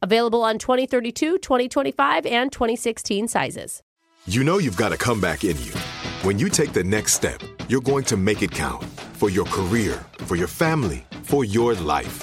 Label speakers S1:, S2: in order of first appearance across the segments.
S1: Available on 2032, 2025, and 2016 sizes.
S2: You know you've got a comeback in you. When you take the next step, you're going to make it count for your career, for your family, for your life.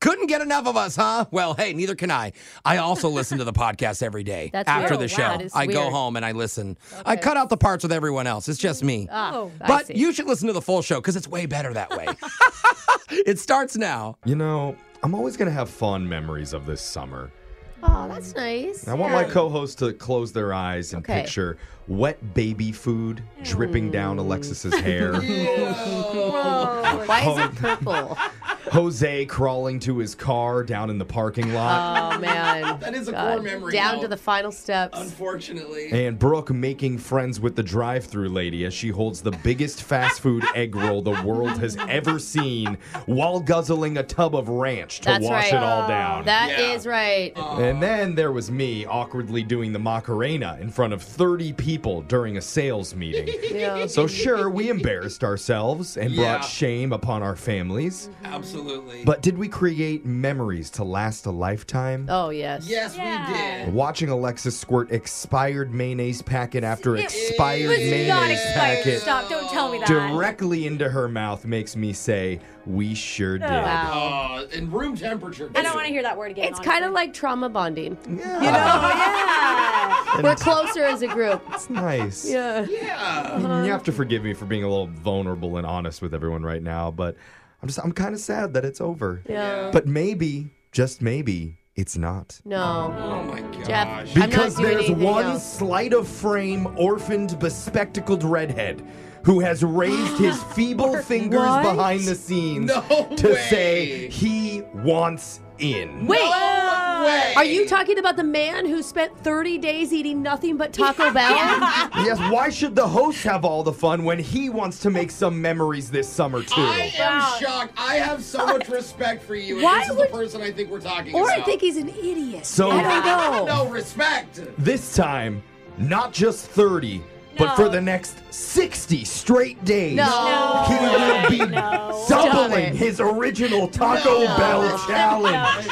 S3: Couldn't get enough of us, huh? Well, hey, neither can I. I also listen to the podcast every day
S1: That's
S3: after
S1: weird.
S3: the
S1: Oh,
S3: show.
S1: wow, that is
S3: I go
S1: weird.
S3: home and I listen. I cut out the parts with everyone else. It's just me.
S1: Oh,
S3: but you should listen to the full show because it's way better that way. it starts now.
S4: You know, I'm always going to have fond memories of this summer.
S1: Oh, that's nice.
S4: I want my co hosts to close their eyes and
S1: Okay. Hmm.
S4: picture wet baby food dripping down Alexis's hair,
S1: Why is it purple?
S4: Jose crawling to his car down in the parking lot,
S1: Oh man, that
S5: is a core memory
S1: Down
S5: now.
S1: to the final steps.
S5: Unfortunately.
S4: and Brooke making friends with the drive through lady as she holds the biggest fast food egg roll the world has ever seen while guzzling a tub of ranch to
S1: That's
S4: wash
S1: right.
S4: it all down.
S1: That
S5: Yeah. Uh,
S1: is right.
S4: And then there was me awkwardly doing the Macarena in front of 30 people during a sales meeting.
S1: Yeah.
S4: so, sure, we embarrassed ourselves and
S5: Yeah.
S4: brought shame upon our families.
S5: Absolutely.
S4: But did we create memories to last a lifetime?
S1: Oh yes.
S5: yes, we
S1: Oh.
S5: did.
S4: Watching Alexis squirt expired mayonnaise packet after expired mayonnaise packet
S6: Stop! Don't tell me that.
S4: directly into her mouth makes me say, We sure
S5: Oh,
S4: did.
S1: Wow.
S5: Uh, and room temperature.
S6: I don't want to hear that word again.
S1: It's kind of like trauma bonding.
S6: yeah.
S1: We're closer as a group.
S4: It's nice.
S1: Yeah. Uh-huh.
S5: Yeah.
S4: You have to forgive me for being a little vulnerable and honest with everyone right now, but I'm just I'm kind of sad that it's over.
S1: Yeah.
S4: But maybe, just maybe, it's not.
S1: No.
S5: Oh my gosh.
S1: Jeff. I'm not
S4: Because
S1: doing
S4: there's
S1: anything
S4: one
S1: else.
S4: sleight of frame, orphaned, bespectacled redhead who has raised his feeble fingers
S1: What?
S4: behind the scenes
S5: No
S4: to
S5: way.
S4: say he wants in.
S1: Wait.
S5: No way.
S1: Are you talking about the man who spent 30 days eating nothing but Taco Bell?
S4: Yes, why should the host have all the fun when he wants to make some memories this summer too?
S5: I am shocked. I have so much respect for you. And
S1: Why
S5: this is
S1: would-
S5: the person I think we're talking
S1: Or
S5: about.
S1: I think he's an idiot.
S4: So-
S1: I don't know.
S5: no respect.
S4: This time, not just 30, but
S6: No.
S4: for the next 60 straight days.
S1: No.
S4: He will be
S6: No.
S1: Stop it.
S4: doubling his original Taco Bell challenge.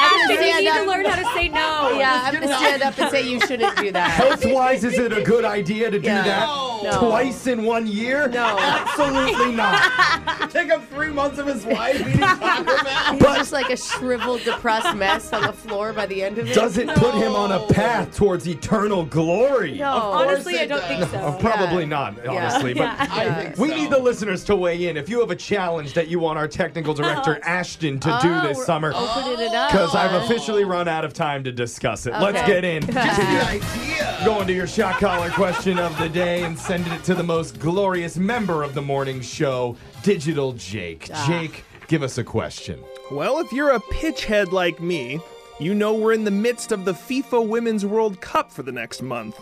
S1: I'm
S6: I
S1: gonna
S6: think you
S1: stand
S6: need
S1: up.
S6: to learn how to say no.
S1: Yeah, I'm gonna stand up and say you shouldn't do that.
S4: Health wise, is it a good idea to do
S1: Yeah.
S4: that
S1: No.
S4: twice in one year? No. Absolutely not.
S5: Take up three months of his life eating Taco Bell.
S1: He's just like a shriveled, depressed mess on the floor by the end of it.
S4: Does it put him on a path towards eternal glory?
S1: No.
S6: Honestly, I
S5: Of course
S6: don't
S5: it
S6: think
S5: does.
S6: so.
S4: Probably not, honestly, but
S5: I think so.
S4: We need the listeners to weigh in. If you have a challenge that you want our technical director Ashton to
S1: Oh,
S4: do
S1: we're
S4: this summer,
S1: Opening it up. Oh.
S4: because I've officially run out of time to discuss it. Let's
S1: Okay.
S4: get in.
S5: Good idea.
S4: Going to your shot collar question of the day and sending it to the most glorious member of the morning show,
S1: Ah.
S4: Digital Jake. Jake, give us a question.
S7: Well, if you're a pitchhead like me, you know we're in the midst of the FIFA Women's World Cup for the next month.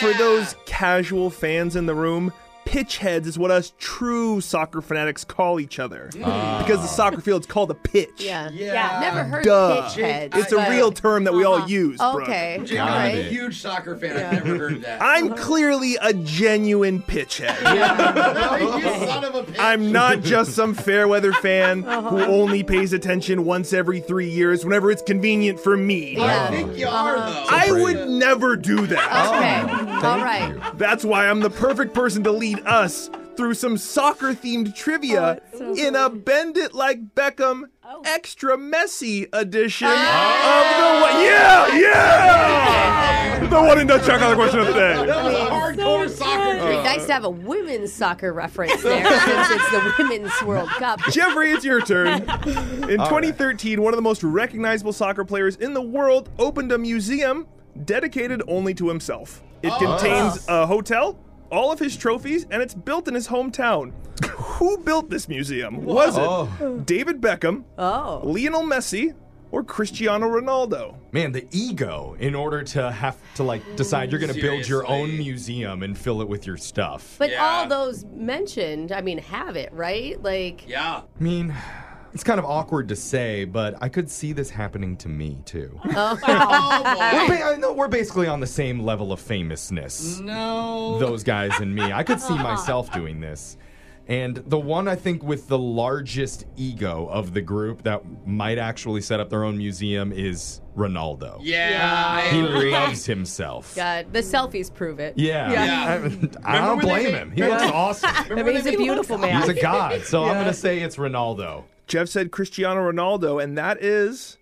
S7: For those casual fans in the room, pitch heads is what us true soccer fanatics call each other. Because the soccer field's called a pitch.
S1: Yeah.
S5: Yeah.
S1: Never heard
S7: Duh.
S1: pitch heads.
S7: It's a
S1: but- Uh-huh.
S7: real term that we all use. Brooke.
S1: Okay.
S5: Jake,
S1: All
S5: I'm a
S1: right.
S5: huge soccer fan. I've never heard of that.
S7: I'm clearly a genuine pitch head.
S5: you son of a bitch.
S7: I'm not just some fair weather fan
S1: Uh-huh.
S7: who only pays attention once every three years whenever it's convenient for me.
S5: I think you are though.
S7: I would never do that.
S1: Okay. Uh-huh. All
S5: Oh,
S4: Thank
S1: right.
S4: you.
S7: That's why I'm the perfect person to lead us through some soccer themed
S1: Oh,
S7: trivia in a Bend It Like Beckham extra messy edition
S1: Ah.
S7: of the one. Yeah, yeah! The one and done check on the question of the day.
S5: that was a hardcore soccer.
S1: It'd be nice to have a women's soccer reference there since it's the Women's World Cup.
S7: Jeffrey, it's your turn. In 2013, one of the most recognizable soccer players in the world opened a museum dedicated only to himself.
S4: Oh.
S7: It contains a hotel, all of his trophies, and it's built in his hometown. Who built this museum? Was it
S4: Oh.
S7: David Beckham, Lionel Messi, or Cristiano Ronaldo?
S4: Man, the ego in order to have to like decide you're going to build your own
S5: Seriously.
S4: museum and fill it with your stuff.
S1: But
S5: Yeah.
S1: all those mentioned, I mean, have it, right? Like,
S5: Yeah.
S4: I mean, it's kind of awkward to say, but I could see this happening to me too.
S5: Oh
S4: We're, ba- I know we're basically on the same level of famousness.
S5: boy. No.
S4: Those guys and me. I could see myself doing this. And the one I think with the largest ego of the group that might actually set up their own museum is Ronaldo.
S5: Yeah.
S4: He loves himself.
S1: God, uh, the selfies prove it.
S4: Yeah.
S5: Yeah.
S4: I, I don't
S5: Remember when they
S4: blame
S5: made-
S4: him. He looks awesome.
S1: I mean, he's a beautiful man.
S4: He's a god. So I'm going to say it's Ronaldo.
S7: Jeff said Cristiano Ronaldo, and that is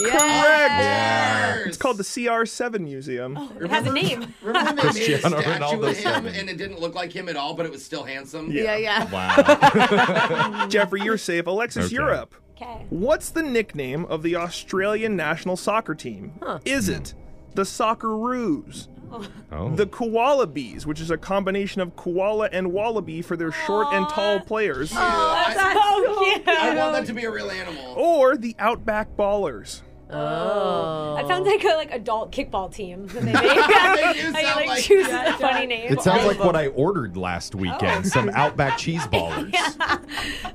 S1: yeah.
S7: it's called the CR7 Museum.
S6: Oh, It has a name.
S5: Remember when they
S4: Cristiano
S5: made a statue
S4: Ronaldo
S5: of him
S4: seven.
S5: and it didn't look like him at all, but it was still handsome?
S1: Yeah, yeah.
S4: Wow.
S7: Jeffrey, you're safe. Alexis,
S4: Okay.
S7: you're up.
S6: Okay.
S7: What's the nickname of the Australian national soccer team? Is it the Socceroos,
S4: Oh.
S7: the Koala Bees, which is a combination of koala and wallaby for their short and tall
S6: Oh,
S7: players,
S1: Oh,
S5: I,
S6: so cute.
S5: I want that to be a real animal.
S7: or the Outback Ballers? Oh.
S6: That sounds like a like adult kickball team that they make. I
S5: do sound
S6: like,
S5: like
S6: choose
S5: that.
S6: a funny name.
S4: It sounds like what I ordered last weekend some Outback cheese ballers.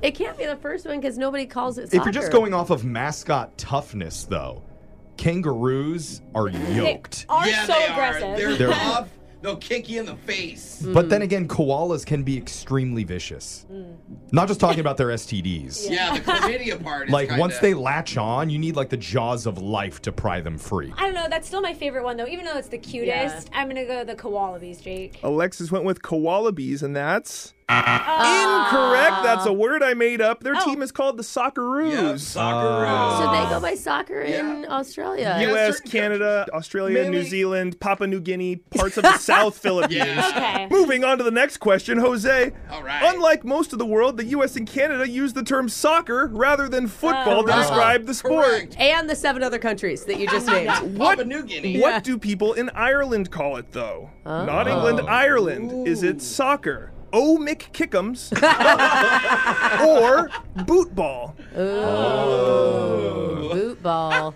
S1: It can't be the first one because nobody calls it soccer.
S4: If you're just going off of mascot toughness, though, kangaroos are yoked.
S6: Are
S5: yeah,
S6: so
S5: they
S6: aggressive.
S5: are. They're,
S4: They're-
S5: tough. They'll kick you in the face.
S4: But then again, koalas can be extremely vicious. Not just talking about their STDs.
S5: Yeah, the chlamydia part. Is
S4: Like,
S5: kinda,
S4: once they latch on, you need like the jaws of life to pry them free.
S6: I don't know. That's still my favorite one, though. Even though it's the cutest, I'm gonna go the koala bees, Jake.
S7: Alexis went with koala bees, and that's incorrect. That's a word I made up. Their team is called the
S5: Yeah,
S7: Socceroos.
S5: soccer.
S1: So they go by soccer in Australia.
S5: Yeah.
S7: U.S.,
S5: sir.
S7: Canada, Australia,
S5: Maybe-
S7: New Zealand, Papua New Guinea, parts of the South Philippines.
S5: Yeah.
S6: Okay.
S7: Moving on to the next question, Jose.
S5: All right.
S7: Unlike most of the world, the U.S. and Canada use the term soccer rather than football to
S1: right.
S7: describe the sport.
S5: Uh, Correct.
S1: And the seven other countries that you just named.
S5: Papua New Guinea.
S7: What do people in Ireland call it, though?
S1: Oh.
S7: Not England, Ireland. Is it soccer? O Mick Kickums or bootball?
S1: Boot ball.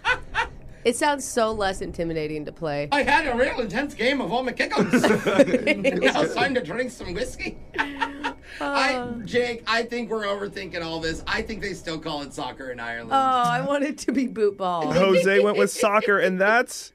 S1: It sounds so less intimidating to play.
S5: I had a real intense game of all my kickums. now it's time to drink some whiskey. I, Jake, I think we're overthinking all this. I think they still call it soccer in Ireland.
S1: Oh, I want it to be boot ball.
S7: Jose went with soccer, and that's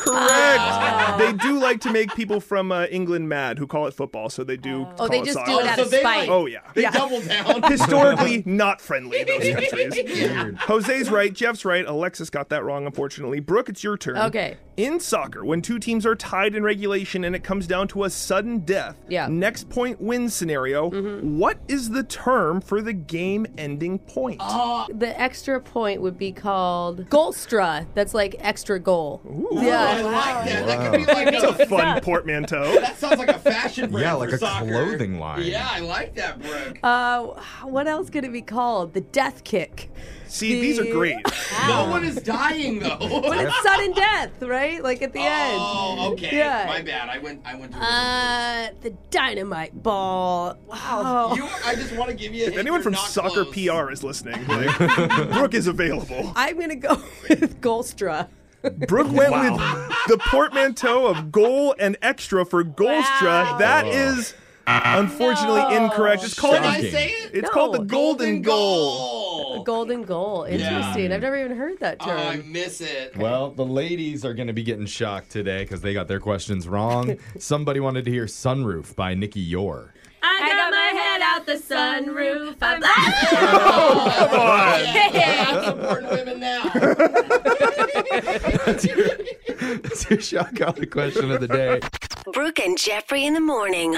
S7: correct.
S1: Ah.
S7: They do like to make people from uh, England mad who call it football, so they do.
S1: Oh,
S7: call
S1: they
S7: it
S1: just
S7: soccer.
S1: do it out
S5: so
S1: of
S5: they
S1: spite.
S5: like-
S7: Oh yeah.
S5: they double down.
S7: Historically not friendly, those countries.
S5: Yeah.
S7: Jose's right, Jeff's right, Alexis got that wrong, unfortunately. Brooke, it's your turn.
S1: Okay.
S7: In soccer, when two teams are tied in regulation and it comes down to a sudden death,
S1: Yeah. Mm-hmm.
S7: next point win scenario, what is the term for the game ending point?
S5: Oh,
S1: The extra point would be called Golstra. That's like extra goal. Yeah.
S5: I like that. That could be like
S7: It's a
S5: a,
S7: fun portmanteau.
S5: that sounds like a fashion brand.
S4: Yeah, like
S5: for
S4: a
S5: soccer.
S4: clothing line.
S5: Yeah, I like that, Brooke.
S8: Uh, what else could it be called? The death kick.
S7: See, these are great.
S1: Ah.
S5: no one Oh, is dying though.
S8: It's sudden death, right? Like at the
S5: oh,
S8: end.
S5: okay.
S8: Yeah.
S5: My bad. I went. I went to.
S8: Uh, the dynamite ball.
S7: Oh,
S8: Oh. Wow.
S5: you, I just want to give you. A
S7: If anyone from Soccer PR is listening, like, Brooke is available.
S8: I'm gonna go with Golstra.
S7: Brooke went with the portmanteau of goal and extra for Goldstra. That is unfortunately incorrect. It's called
S5: Did I
S4: Shocking.
S5: say it?
S7: it's called the
S8: No.
S7: golden goal.
S5: goal.
S8: Golden goal. Interesting. I've never even heard that
S5: Oh, I
S8: term.
S5: miss it.
S4: Well, the ladies are going to be getting shocked today because they got their questions wrong. Somebody wanted to hear Sunroof by Nikki Yore.
S1: I got my head out the sunroof. I'm
S4: Oh,
S5: Yeah, supporting women now.
S4: That's your shock collar question of the day.
S9: Brooke and Jeffrey in the morning.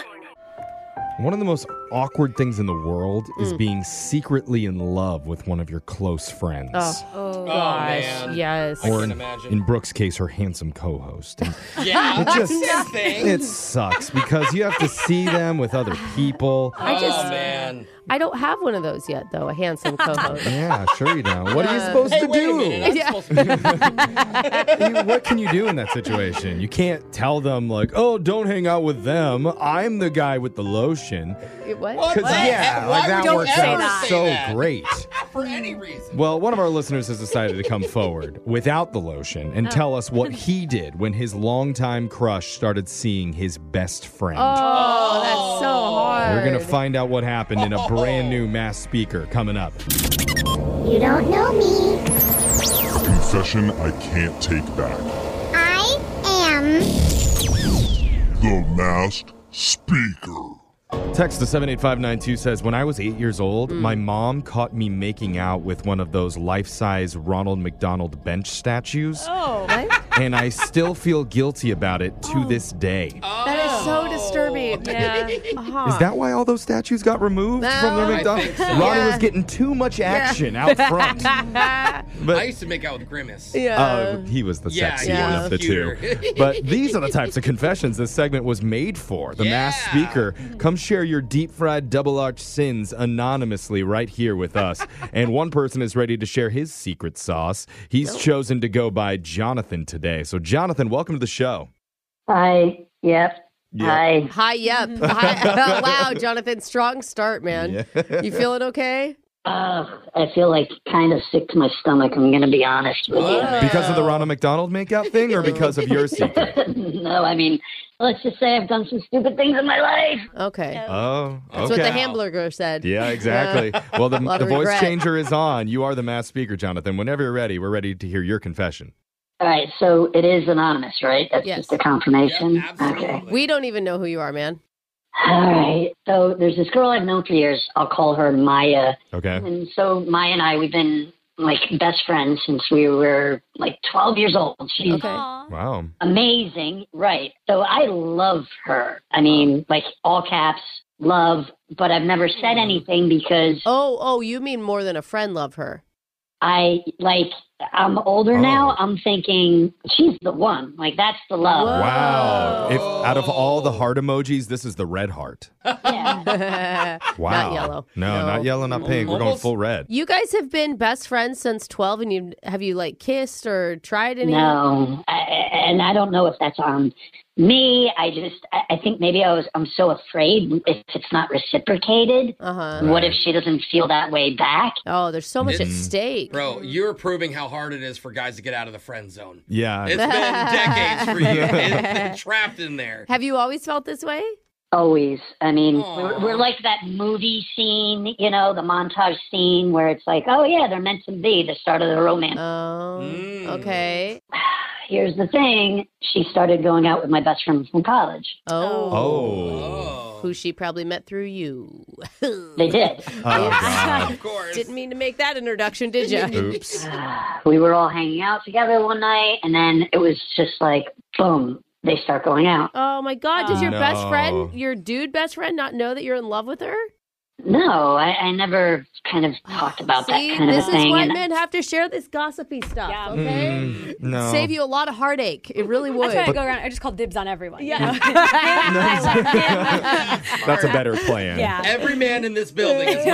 S4: One of the most awkward things in the world is
S5: Mm.
S4: being secretly in love with one of your close friends.
S1: Oh, gosh.
S5: man.
S1: Yes.
S4: or
S5: can't
S4: in,
S5: imagine.
S4: in Brooke's case, her handsome co host.
S5: Yeah,
S4: It just
S5: that's the thing.
S4: it sucks because you have to see them with other people.
S1: I just,
S5: oh man.
S1: I don't have one of those yet, though. A handsome co-host. Uh,
S4: Yeah, sure you don't. What are you supposed
S5: Hey,
S4: to
S5: wait a
S4: do?
S5: minute. I'm supposed to be-
S4: You- what can you do in that situation? You can't tell them like, "Oh, don't hang out with them. I'm the guy with the lotion."
S1: It- what?
S5: What?
S4: 'Cause, yeah,
S5: Why
S4: like
S5: would
S4: that
S5: you
S4: works
S5: ever
S4: out
S5: say
S4: so
S5: that?
S4: great.
S5: for any reason.
S4: Well, one of our listeners has decided to come forward without the lotion
S5: Oh.
S4: and tell us what he did when his longtime crush started seeing his best friend.
S1: Oh, that's so hard.
S4: We're gonna find out what happened in a brand
S5: Oh.
S4: new mass speaker coming up.
S10: You don't know me.
S2: Confession I can't take back.
S10: I am.
S2: The masked speaker.
S4: Text to 78592 says, When I was eight years old, my mom caught me making out with one of those life size Ronald McDonald bench statues.
S8: Oh,
S4: And I still feel guilty about it to this day.
S8: that is
S5: Oh.
S8: so
S6: Oh.
S8: disturbing. Yeah.
S4: Is that why all those statues got removed from their
S1: No.
S4: McDonald's? Ronnie was getting too much action out front.
S5: I used to make out with Grimace.
S8: Yeah.
S4: Uh, he was the
S5: Yeah,
S4: sexy
S5: yeah.
S4: one of the two.
S5: Cuter.
S4: But these are the types of confessions this segment was made for. The mass
S5: Yeah.
S4: speaker. Come share your deep fried double arch sins anonymously right here with us. and one person is ready to share his secret sauce. He's chosen to go by Jonathan today. So, Jonathan, welcome to the show.
S10: Hi. Yep. Hi.
S1: Hi, yep. Hi. wow, Jonathan, strong start, man. You feeling okay?
S10: Uh, I feel like kind of sick to my stomach. I'm gonna be honest with
S4: Because of the Ronald McDonald makeout thing or because of your secret?
S10: you. no, I mean, let's just say I've done some stupid things in my life.
S1: Okay.
S4: Oh, okay.
S1: That's what the hamburger said.
S4: Yeah, exactly. Well, the,
S1: Lot
S4: the
S1: of
S4: voice
S1: regret.
S4: changer is on. You are the mass speaker, Jonathan. Whenever you're ready, we're ready to hear your confession.
S10: All right. So it is anonymous, right? That's
S1: Yes.
S10: just a confirmation.
S5: Yep, absolutely.
S10: Okay.
S1: We don't even know who you are, man.
S10: All right. So there's this girl I've known for years. I'll call her Maya.
S4: Okay.
S10: And so Maya and I, we've been like best friends since we were like 12 years old. She's
S1: Okay.
S4: Wow.
S10: amazing, right? So I love her. I mean, like all caps, love. But I've never said anything because
S1: Hmm. Oh, oh, you mean more than a friend love her.
S10: I like I'm older
S4: Oh.
S10: now. I'm thinking she's the one. Like that's the love.
S4: Wow. If out of all the heart emojis, this is the red heart.
S10: Yeah.
S4: Wow.
S1: Not yellow.
S4: No,
S1: No.
S4: not yellow, not pink. We're going
S5: Almost-
S4: full red.
S1: You guys have been best friends since 12 and you have you like kissed or tried any
S10: No, I, and I don't know if that's on me. I just I I think maybe I was I'm so afraid if it's not reciprocated.
S1: Uh-huh.
S10: What if she doesn't feel that way back?
S1: Oh, there's so much at
S4: Mm.
S1: stake.
S5: Bro, you're proving how hard it is for guys to get out of the friend zone.
S4: Yeah.
S5: It's been decades for you. It's been trapped in there.
S1: Have you always felt this way?
S10: Always. I mean,
S5: Aw.
S10: we're, we're like that movie scene, you know, the montage scene where it's like, oh yeah, they're meant to be the start of the romance.
S1: Oh.
S4: Mm.
S1: Okay.
S10: Here's the thing: she started going out with my best friend from college.
S1: Oh.
S4: oh.
S1: Who she probably met through you.
S10: They did.
S4: Oh, God.
S5: Of course.
S1: Didn't mean to make that introduction, did you?
S4: Oops.
S10: we were all Uh, hanging out together one night, and then it was just like, boom, they start going out.
S1: Oh my God! Does your best
S4: No.
S1: friend, your dude best friend, not know that you're in love with her?
S10: No, I, I never kind of talked about
S1: See,
S10: that kind
S1: this
S10: of a
S1: is
S10: thing.
S1: why
S10: and-
S1: men have to share this gossipy stuff. Okay,
S4: Mm, no.
S1: save you a lot of heartache. It really would.
S6: That's why I go around. I just call dibs on everyone.
S1: Yeah.
S4: That's a better plan.
S5: Every man in this building is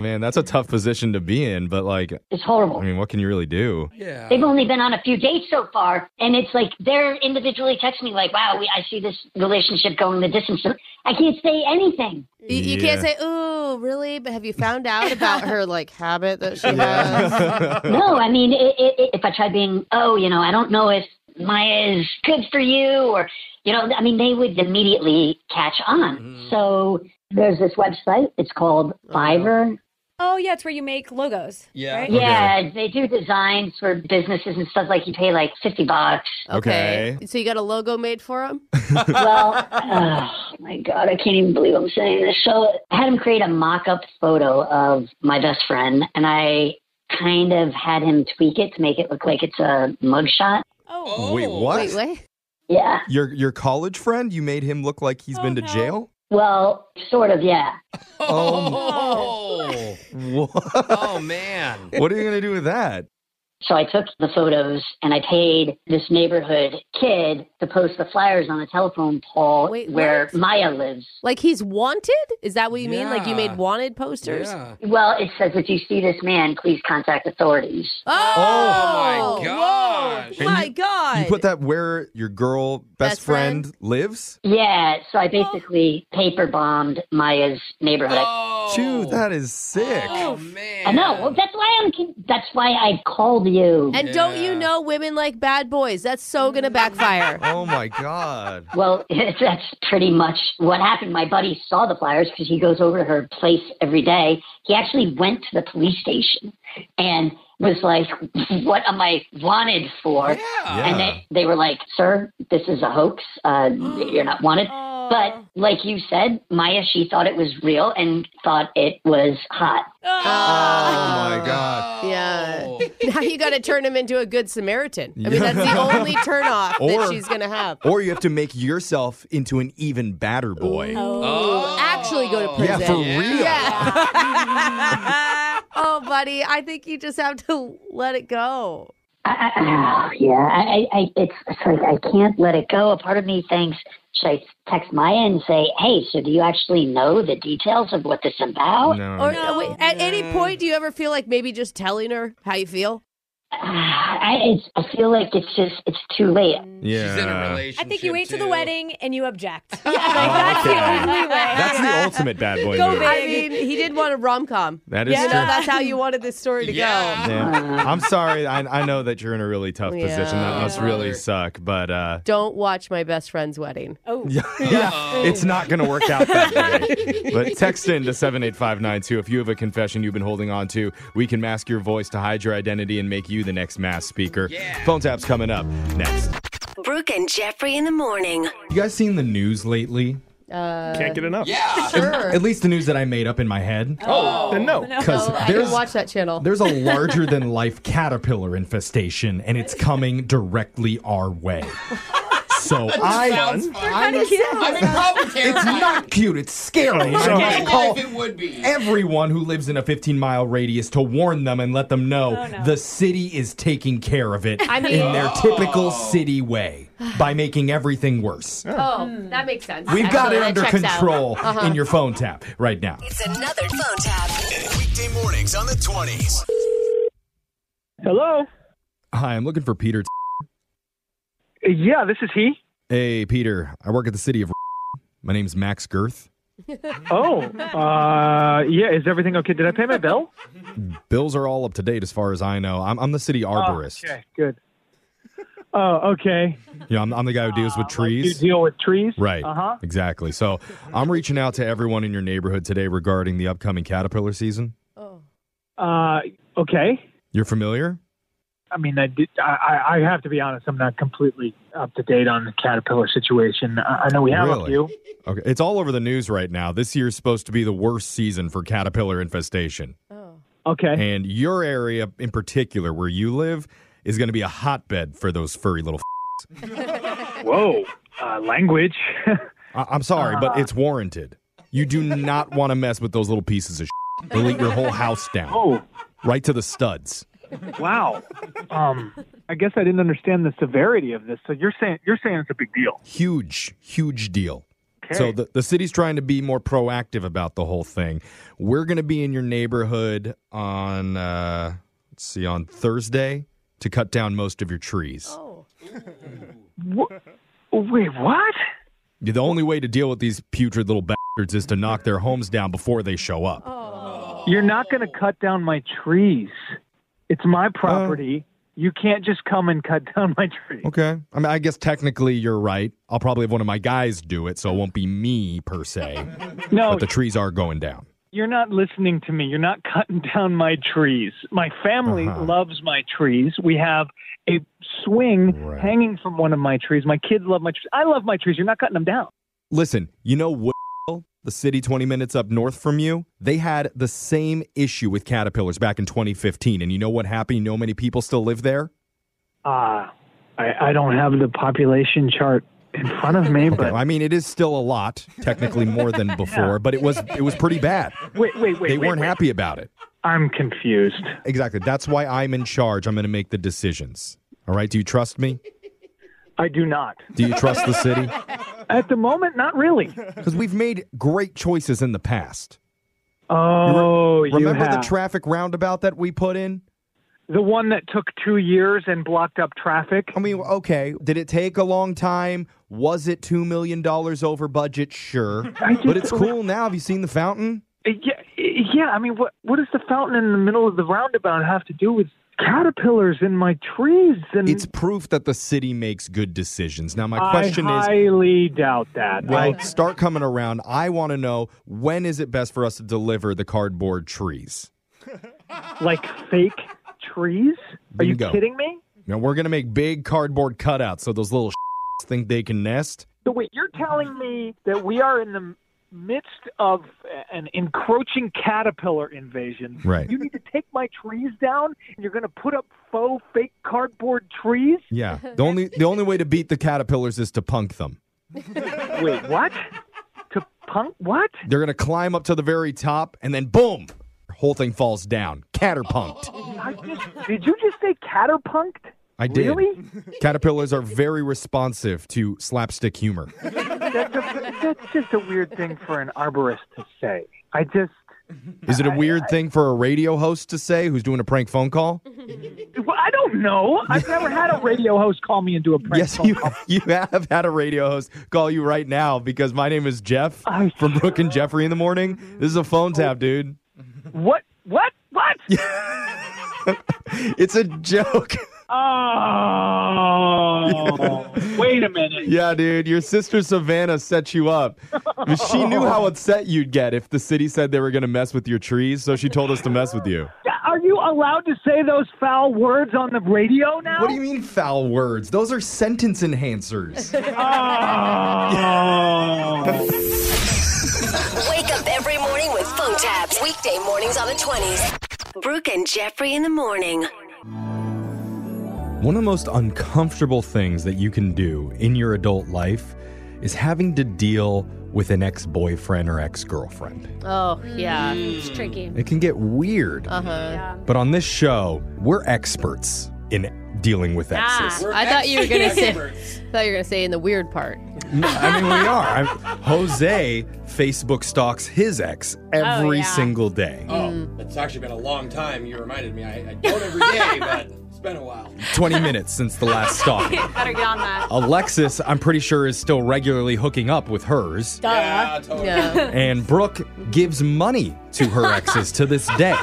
S4: Man, that's a tough position to be in, but like
S10: It's horrible.
S4: I mean, what can you really do?
S10: Yeah. They've only been on a few dates so far, and it's like they're individually texting me, like, "Wow, we, I see this relationship going the distance." I can't say anything.
S1: You, you can't say, "Ooh, really?" But have you found out about her like habit that she has?
S10: no, I mean, i i i- if I try being, oh, you know, I don't know if Maya is good for you, or you know, I mean, they would immediately catch on. So there's this website. It's called Fiverr.
S6: Oh yeah, it's where you make logos.
S10: Yeah.
S6: Right?
S10: Yeah, they do designs for businesses and stuff. Like you pay like fifty bucks.
S1: Okay. so you got a logo made for him?
S10: well, oh my god, I can't even believe I'm saying this. So I had him create a mock-up photo of my best friend, and I kind of had him tweak it to make it look like it's a mugshot.
S5: Oh.
S4: Wait, what?
S1: what?
S10: Yeah.
S4: Your your college friend? You made him look like
S1: Oh,
S4: he's been to jail?
S10: Well, sort of, yeah.
S5: Oh.
S4: What?
S5: Oh man.
S4: Um, What are you gonna do with that?
S10: So I took the photos and I paid this neighborhood kid to post the flyers on the telephone pole where
S1: what?
S10: Maya lives.
S1: Like he's wanted? Is that what you mean? Like you made wanted posters?
S10: Well, it says if you see this man, please contact authorities.
S1: Oh,
S10: my
S1: gosh.
S4: And
S1: my
S4: you-
S1: God.
S4: You put that where your girl best, friend? lives?
S10: Yeah, so
S1: Oh.
S10: I basically paper bombed Maya's neighborhood.
S1: Oh.
S4: Dude, that is sick.
S10: I know. Well, that's why I'm. con- That's why I called you.
S1: And don't you know women like bad boys? That's so going to backfire.
S4: Oh my god.
S10: Well, that's pretty much what happened. My buddy saw the flyers because he goes over to her place every day. He actually went to the police station and was like, "What am I wanted for?" And they they were like, "Sir, this is a hoax. Uh, you're not wanted." But like you said, Maya, she thought it was real and thought it was hot.
S4: Oh my god.
S1: Yeah. Now you got to turn him into a good Samaritan. I mean, that's the
S4: Yeah.
S1: only turnoff
S4: Or-
S1: that she's going to have.
S4: Or you have to make yourself into an even badder boy. Oh.
S1: Ooh, Actually, go to
S4: Yeah,
S1: prison.
S4: for real.
S1: Yeah. oh, buddy, I think you just have to let it go.
S10: Oh, yeah, I, I, I, it's, it's like I can't let it go. A part of me thinks, should I text Maya and say, "Hey, so do you actually know the details of what this is about?"
S1: Or
S4: Oh,
S1: uh, wait, at any point, do you ever feel like maybe just telling her how you feel?
S10: I, it's, I feel like it's just it's too late.
S4: Yeah. She's in a
S6: I think you wait till the wedding and you object.
S4: that's
S6: the
S4: Oh,
S6: only way.
S4: That's the ultimate bad boy
S1: Go
S4: move.
S1: big. I mean, he did want a rom com.
S4: That is
S1: you
S4: true.
S1: Know, that's how you wanted this story to go.
S4: Yeah. I'm sorry. I, I know that you're in a really tough
S1: Yeah.
S4: position. That must really suck, but uh,
S1: Don't watch my best friend's wedding.
S6: Oh,
S4: yeah, it's not going to work out that way. But text in to 78592 if you have a confession you've been holding on to. We can mask your voice to hide your identity and make you the next mass speaker. Phone tap's coming up next.
S9: Brooke and Jeffrey in the morning.
S4: You guys seen the news lately?
S1: Uh,
S7: Can't get enough.
S9: Yeah.
S4: At least the news that I made up in my head.
S7: Oh, then no.
S4: Because
S1: I
S4: there's
S1: didn't watch that channel.
S4: There's a larger than life caterpillar infestation, and it's coming directly our way. So Oh, I.
S5: Sounds fun.
S8: kinda
S5: I'm-
S8: cute.
S5: I'm probably
S4: It's
S5: terrified.
S4: not cute. It's scary.
S5: In
S4: So
S5: my
S4: I call
S5: life, it would be.
S4: everyone who lives in a 15 mile radius to warn them and let them know the city is taking care of it
S1: Oh, I mean-
S4: in their typical city way by making everything worse.
S1: Oh, that makes sense.
S4: We've got
S1: Actually,
S4: it
S1: that
S4: under
S1: checks out.
S4: control
S1: Uh-huh.
S4: in your phone tap right now.
S9: It's another phone tap.
S11: Weekday mornings on the 20s.
S4: Hello. Hi, I'm looking for Peter.
S12: Yeah, this is he.
S4: Hey, Peter. I work at the city of. My name's Max Girth.
S12: Oh, uh, yeah. Is everything okay? Did I pay my bill?
S4: Bills are all up to date as far as I know. I'm, I'm the city arborist.
S12: Oh, okay, good. Oh, okay. Ah,
S4: You know, I'm, I'm the guy who deals with trees.
S12: You deal with trees,
S4: Right.
S12: Uh huh.
S4: Exactly. So I'm reaching out to everyone in your neighborhood today regarding the upcoming caterpillar season.
S12: Uh, okay.
S4: You're familiar?
S12: I mean, I, did, I- I I have to be honest. I'm not completely up to date on the caterpillar situation. I, I know we have
S4: really?
S12: a few.
S4: Okay. It's all over the news right now. This year's supposed to be the worst season for caterpillar infestation.
S12: Oh. Okay.
S4: And your area in particular, where you live, is going to be a hotbed for those furry little.
S12: Whoa. Uh, language. Uh.
S4: I- I'm sorry, but it's warranted. You do not want to mess with those little pieces of shit. They'll eat your whole house down.
S12: Oh.
S4: Right to the studs.
S12: Wow. Um, I guess I didn't understand the severity of this. So you're saying you're saying it's a big deal.
S4: Huge, huge deal. So the, the city's trying to be more proactive about the whole thing. We're going to be in your neighborhood on uh, let's see on Thursday to cut down most of your trees.
S12: Oh. Wait, what?
S4: The only way to deal with these putrid little bastards is to knock their homes down before they show up.
S12: Oh. You're not
S4: Oh.
S12: going to cut down my trees. It's my property. you can't just come and cut down my tree.
S4: Okay. I mean, I guess technically you're right. I'll probably have one of my guys do it, so it won't be me per se.
S12: No.
S4: But the trees are going down.
S12: You're not listening to me. You're not cutting down my trees. My family
S4: Uh-huh.
S12: loves my trees. We have a swing hanging from one of my trees. My kids love my trees. I love my trees. You're not cutting them down.
S4: Listen, you know what? The city 20 minutes up north from you, they had the same issue with caterpillars back in 2015. And you know what happened? You know how many people still live there?
S12: Ah, I, I don't have the population chart in front of me, but
S4: I mean, it is still a lot, technically more than before, but it was it was pretty bad.
S12: Wait, wait, wait.
S4: they
S12: wait,
S4: weren't
S12: wait.
S4: happy about it.
S12: I'm confused.
S4: Exactly. That's why I'm in charge. I'm going to make the decisions. All right. Do you trust me?
S12: I do not.
S4: Do you trust the city?
S12: At the moment, not really.
S4: Because we've made great choices in the past.
S12: Oh, you
S4: remember the
S12: have.
S4: traffic roundabout that we put in?
S12: The one that took two years and blocked up traffic.
S4: I mean, okay. Did it take a long time? Was it $2 million over budget? Sure. But it's cool now. Have you seen the fountain?
S12: Yeah, yeah. I mean, what what does the fountain in the middle of the roundabout have to do with caterpillars in my trees? And
S4: It's proof that the city makes good decisions. Now, my
S12: I
S4: question is
S12: highly doubt that.
S4: Well,
S12: I-
S4: start coming around. I want to know when is it best for us to deliver the cardboard trees?
S12: like fake trees? Are you
S4: Bingo.
S12: kidding me?
S4: Now we're gonna make big cardboard cutouts so those little think they can nest.
S12: So wait, you're telling me that we are in the midst of an encroaching caterpillar invasion?
S4: Right.
S12: You need to take my trees down, and you're going to put up faux fake cardboard trees?
S4: Yeah. The only the only way to beat the caterpillars is to punk them.
S12: Wait, what? To punk what?
S4: They're gonna climb up to the very top and then boom, whole thing falls down. Caterpunked.
S12: I just, did you just say caterpunked?
S4: I did.
S12: Really?
S4: Caterpillars are very responsive to slapstick humor.
S12: That's, a, that's just a weird thing for an arborist to say. I just
S4: Is it a weird thing for a radio host to say who's doing a prank phone call?
S12: Well, I don't know. I've never had a radio host call me into a prank
S4: Yes,
S12: phone
S4: you,
S12: call.
S4: you have had a radio host call you right now because my name is Jeff from Brooke and Jeffrey in the morning. This is a phone tap, dude.
S12: Oh. What? What? What?
S4: It's a joke.
S12: uh, Oh, wait a minute.
S4: yeah, dude. Your sister Savannah set you up. She knew how upset you'd get if the city said they were going to mess with your trees, so she told us to mess with you.
S12: Are you allowed to say those foul words on the radio now?
S4: What do you mean foul words? Those are sentence enhancers.
S1: Ah.
S12: Oh.
S9: Wake up every morning with phone taps. Weekday mornings on the 20s. Brooke and Jeffrey in the morning.
S4: One of the most uncomfortable things that you can do in your adult life is having to deal with an ex boyfriend or ex girlfriend.
S1: Oh, yeah. It's tricky.
S4: It can get weird.
S1: Uh huh.
S4: But on this show, we're experts in dealing with
S1: Ah,
S4: exes.
S1: I thought you were gonna say. thought you were gonna say in the weird part.
S4: No, I mean, we are. I'm- Jose Facebook stalks his ex every
S5: yeah.
S4: single day.
S5: Oh, it's actually been a long time. You reminded me. I, I don't every day, but it's been a while.
S4: 20 minutes since the last stalking.
S5: Better get on that.
S4: Alexis, I'm pretty sure, is still regularly hooking up with hers.
S5: Yeah, totally.
S4: And Brooke gives money to her exes to this day.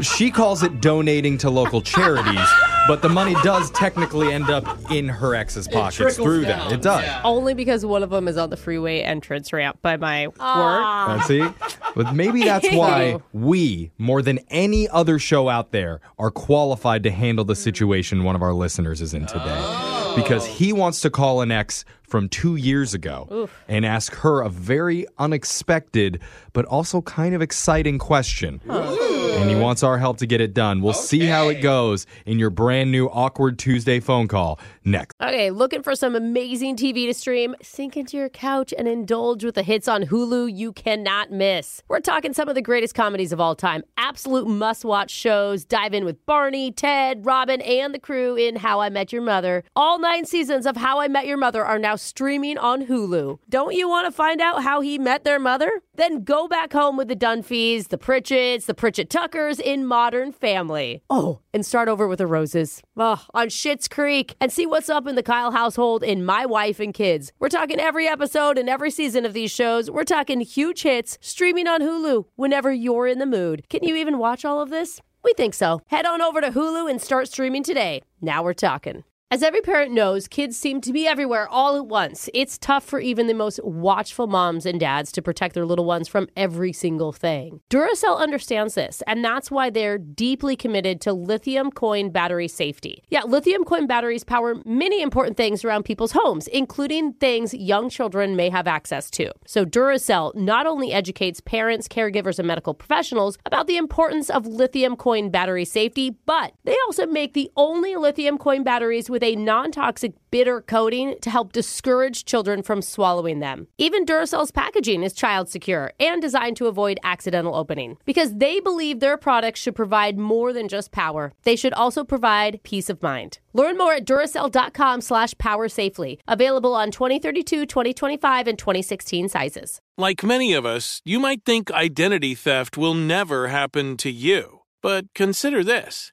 S4: She calls it donating to local charities, but the money does technically end up in her ex's pockets
S1: trickles
S4: through
S1: down,
S4: them. It does.
S1: Only because one of them is on the freeway entrance ramp by my
S4: Uh,
S1: work.
S4: see? But maybe that's why
S1: Ew.
S4: we, more than any other show out there, are qualified to handle the situation one of our listeners is in today. Because he wants to call an ex from two years ago
S13: Oof.
S4: and ask her a very unexpected but also kind of exciting question. and he wants our help to get it done. We'll see how it goes in your brand new Awkward Tuesday phone call next.
S1: Okay, looking for some amazing TV to stream? Sink into your couch and indulge with the hits on Hulu you cannot miss. We're talking some of the greatest comedies of all time, absolute must watch shows. Dive in with Barney, Ted, Robin, and the crew in How I Met Your Mother. All nine seasons of How I Met Your Mother are now streaming on Hulu. Don't you want to find out how he met their mother? Then go back home with the Dunphys, the Pritchett's, the Pritchett Tuckers in Modern Family. Oh, and start over with the Roses. Ugh, on Schitt's Creek and see what's up in the Kyle household in My Wife and Kids. We're talking every episode and every season of these shows. We're talking huge hits streaming on Hulu whenever you're in the mood. Can you even watch all of this? We think so. Head on over to Hulu and start streaming today. Now we're talking. As every parent knows, kids seem to be everywhere all at once. It's tough for even the most watchful moms and dads to protect their little ones from every single thing. Duracell understands this, and that's why they're deeply committed to lithium coin battery safety. Yeah, lithium coin batteries power many important things around people's homes, including things young children may have access to. So Duracell not only educates parents, caregivers, and medical professionals about the importance of lithium coin battery safety, but they also make the only lithium coin batteries with a non toxic bitter coating to help discourage children from swallowing them. Even Duracell's packaging is child secure and designed to avoid accidental opening because they believe their products should provide more than just power. They should also provide peace of mind. Learn more at Duracell.com slash power safely. Available on 2032, 2025, and 2016 sizes.
S13: Like many of us, you might think identity theft will never happen to you. But consider this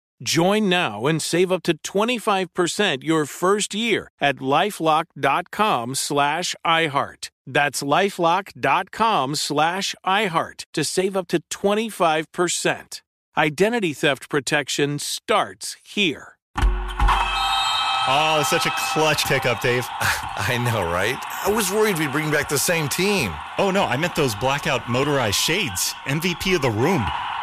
S13: Join now and save up to 25% your first year at lifelock.com slash iHeart. That's lifelock.com slash iHeart to save up to 25%. Identity theft protection starts here.
S14: Oh, it's such a clutch pickup, Dave. I know, right? I was worried we'd bring back the same team. Oh, no, I meant those blackout motorized shades. MVP of the room.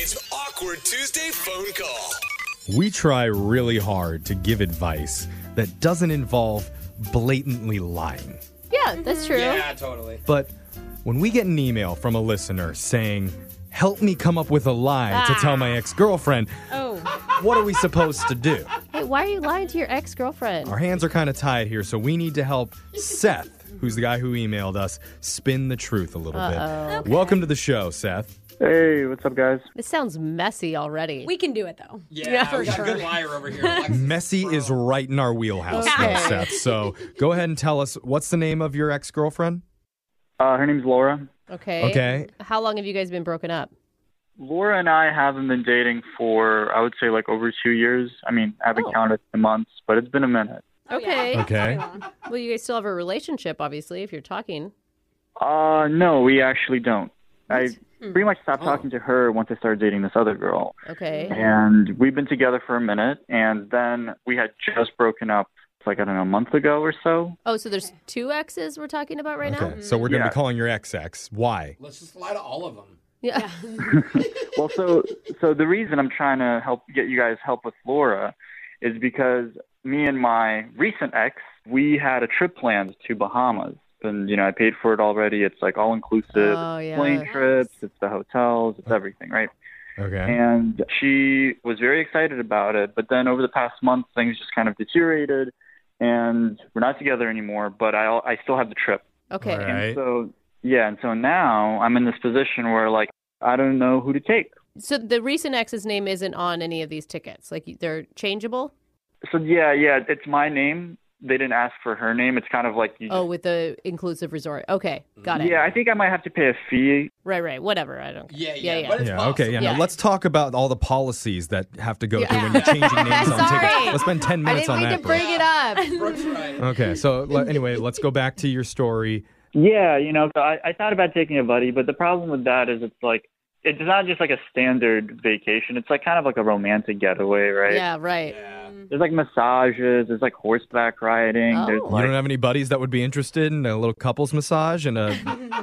S11: It's awkward Tuesday phone call.
S4: We try really hard to give advice that doesn't involve blatantly lying.
S1: Yeah, that's true.
S5: Yeah, totally.
S4: But when we get an email from a listener saying, Help me come up with a lie to
S1: Ah.
S4: tell my ex girlfriend,
S1: Oh.
S4: what are we supposed to do?
S1: Hey, why are you lying to your ex girlfriend?
S4: Our hands are kind of tied here, so we need to help Seth, who's the guy who emailed us, spin the truth a little
S1: Uh-oh.
S4: bit.
S1: Okay.
S4: Welcome to the show, Seth.
S15: Hey, what's up, guys?
S1: This sounds messy already.
S6: We can do it though.
S1: Yeah,
S5: we got a good liar over here.
S4: Messy is right in our wheelhouse,
S5: Okay.
S4: now, Seth. So go ahead and tell us what's the name of your ex girlfriend?
S15: Uh, her name's Laura.
S1: Okay.
S4: Okay.
S1: How long have you guys been broken up?
S15: Laura and I haven't been dating for, I would say, like over two years. I mean, I haven't counted the months, but it's been a minute.
S6: Oh,
S1: Okay.
S4: Okay.
S1: Well, you guys still have a relationship, obviously, if you're talking.
S15: Uh, no, we actually don't. I pretty much stopped talking to her once I started dating this other girl.
S1: Okay.
S15: And we've been together for a minute, and then we had just broken up, it's like, I don't know, a month ago or so.
S1: Oh, so there's two exes we're talking about right now?
S4: So we're going to
S15: Yeah.
S4: be calling your ex ex. Why?
S5: Let's just lie to all of them.
S1: Yeah.
S15: well, so so the reason I'm trying to help get you guys help with Laura is because me and my recent ex, we had a trip planned to Bahamas. And you know, I paid for it already. It's like all inclusive.
S16: Oh,
S15: it's
S16: yeah.
S15: plane trips, it's the hotels, it's everything, right?
S4: Okay.
S15: And she was very excited about it, but then over the past month things just kind of deteriorated and we're not together anymore, but I I still have the trip.
S1: Okay.
S15: And so yeah, and so now I'm in this position where like I don't know who to take.
S1: So the recent ex's name isn't on any of these tickets. Like they're changeable.
S15: So yeah, yeah, it's my name. They didn't ask for her name. It's kind of like you
S1: Oh, with the inclusive resort. Okay, got it.
S15: Yeah, I think I might have to pay a fee.
S1: Right, right. Whatever. I don't. Yeah, yeah. yeah.
S4: yeah. Okay. Yeah. Now let's talk about all the policies that have to go
S1: Yeah.
S4: through when you're changing names on
S1: Sorry.
S4: tickets. Let's spend ten
S1: I
S4: minutes
S1: didn't
S4: on
S1: mean
S4: that.
S1: to
S4: Brooke.
S1: bring it up.
S4: Okay. So le- anyway, let's go back to your story.
S15: Yeah, you know, so I, I thought about taking a buddy, but the problem with that is it's like it's not just like a standard vacation. It's like kind of like a romantic getaway, right?
S1: Yeah, right.
S15: There's like massages. There's like horseback riding.
S1: Oh.
S15: There's
S4: You
S15: like
S4: don't have any buddies that would be interested in a little couples massage and a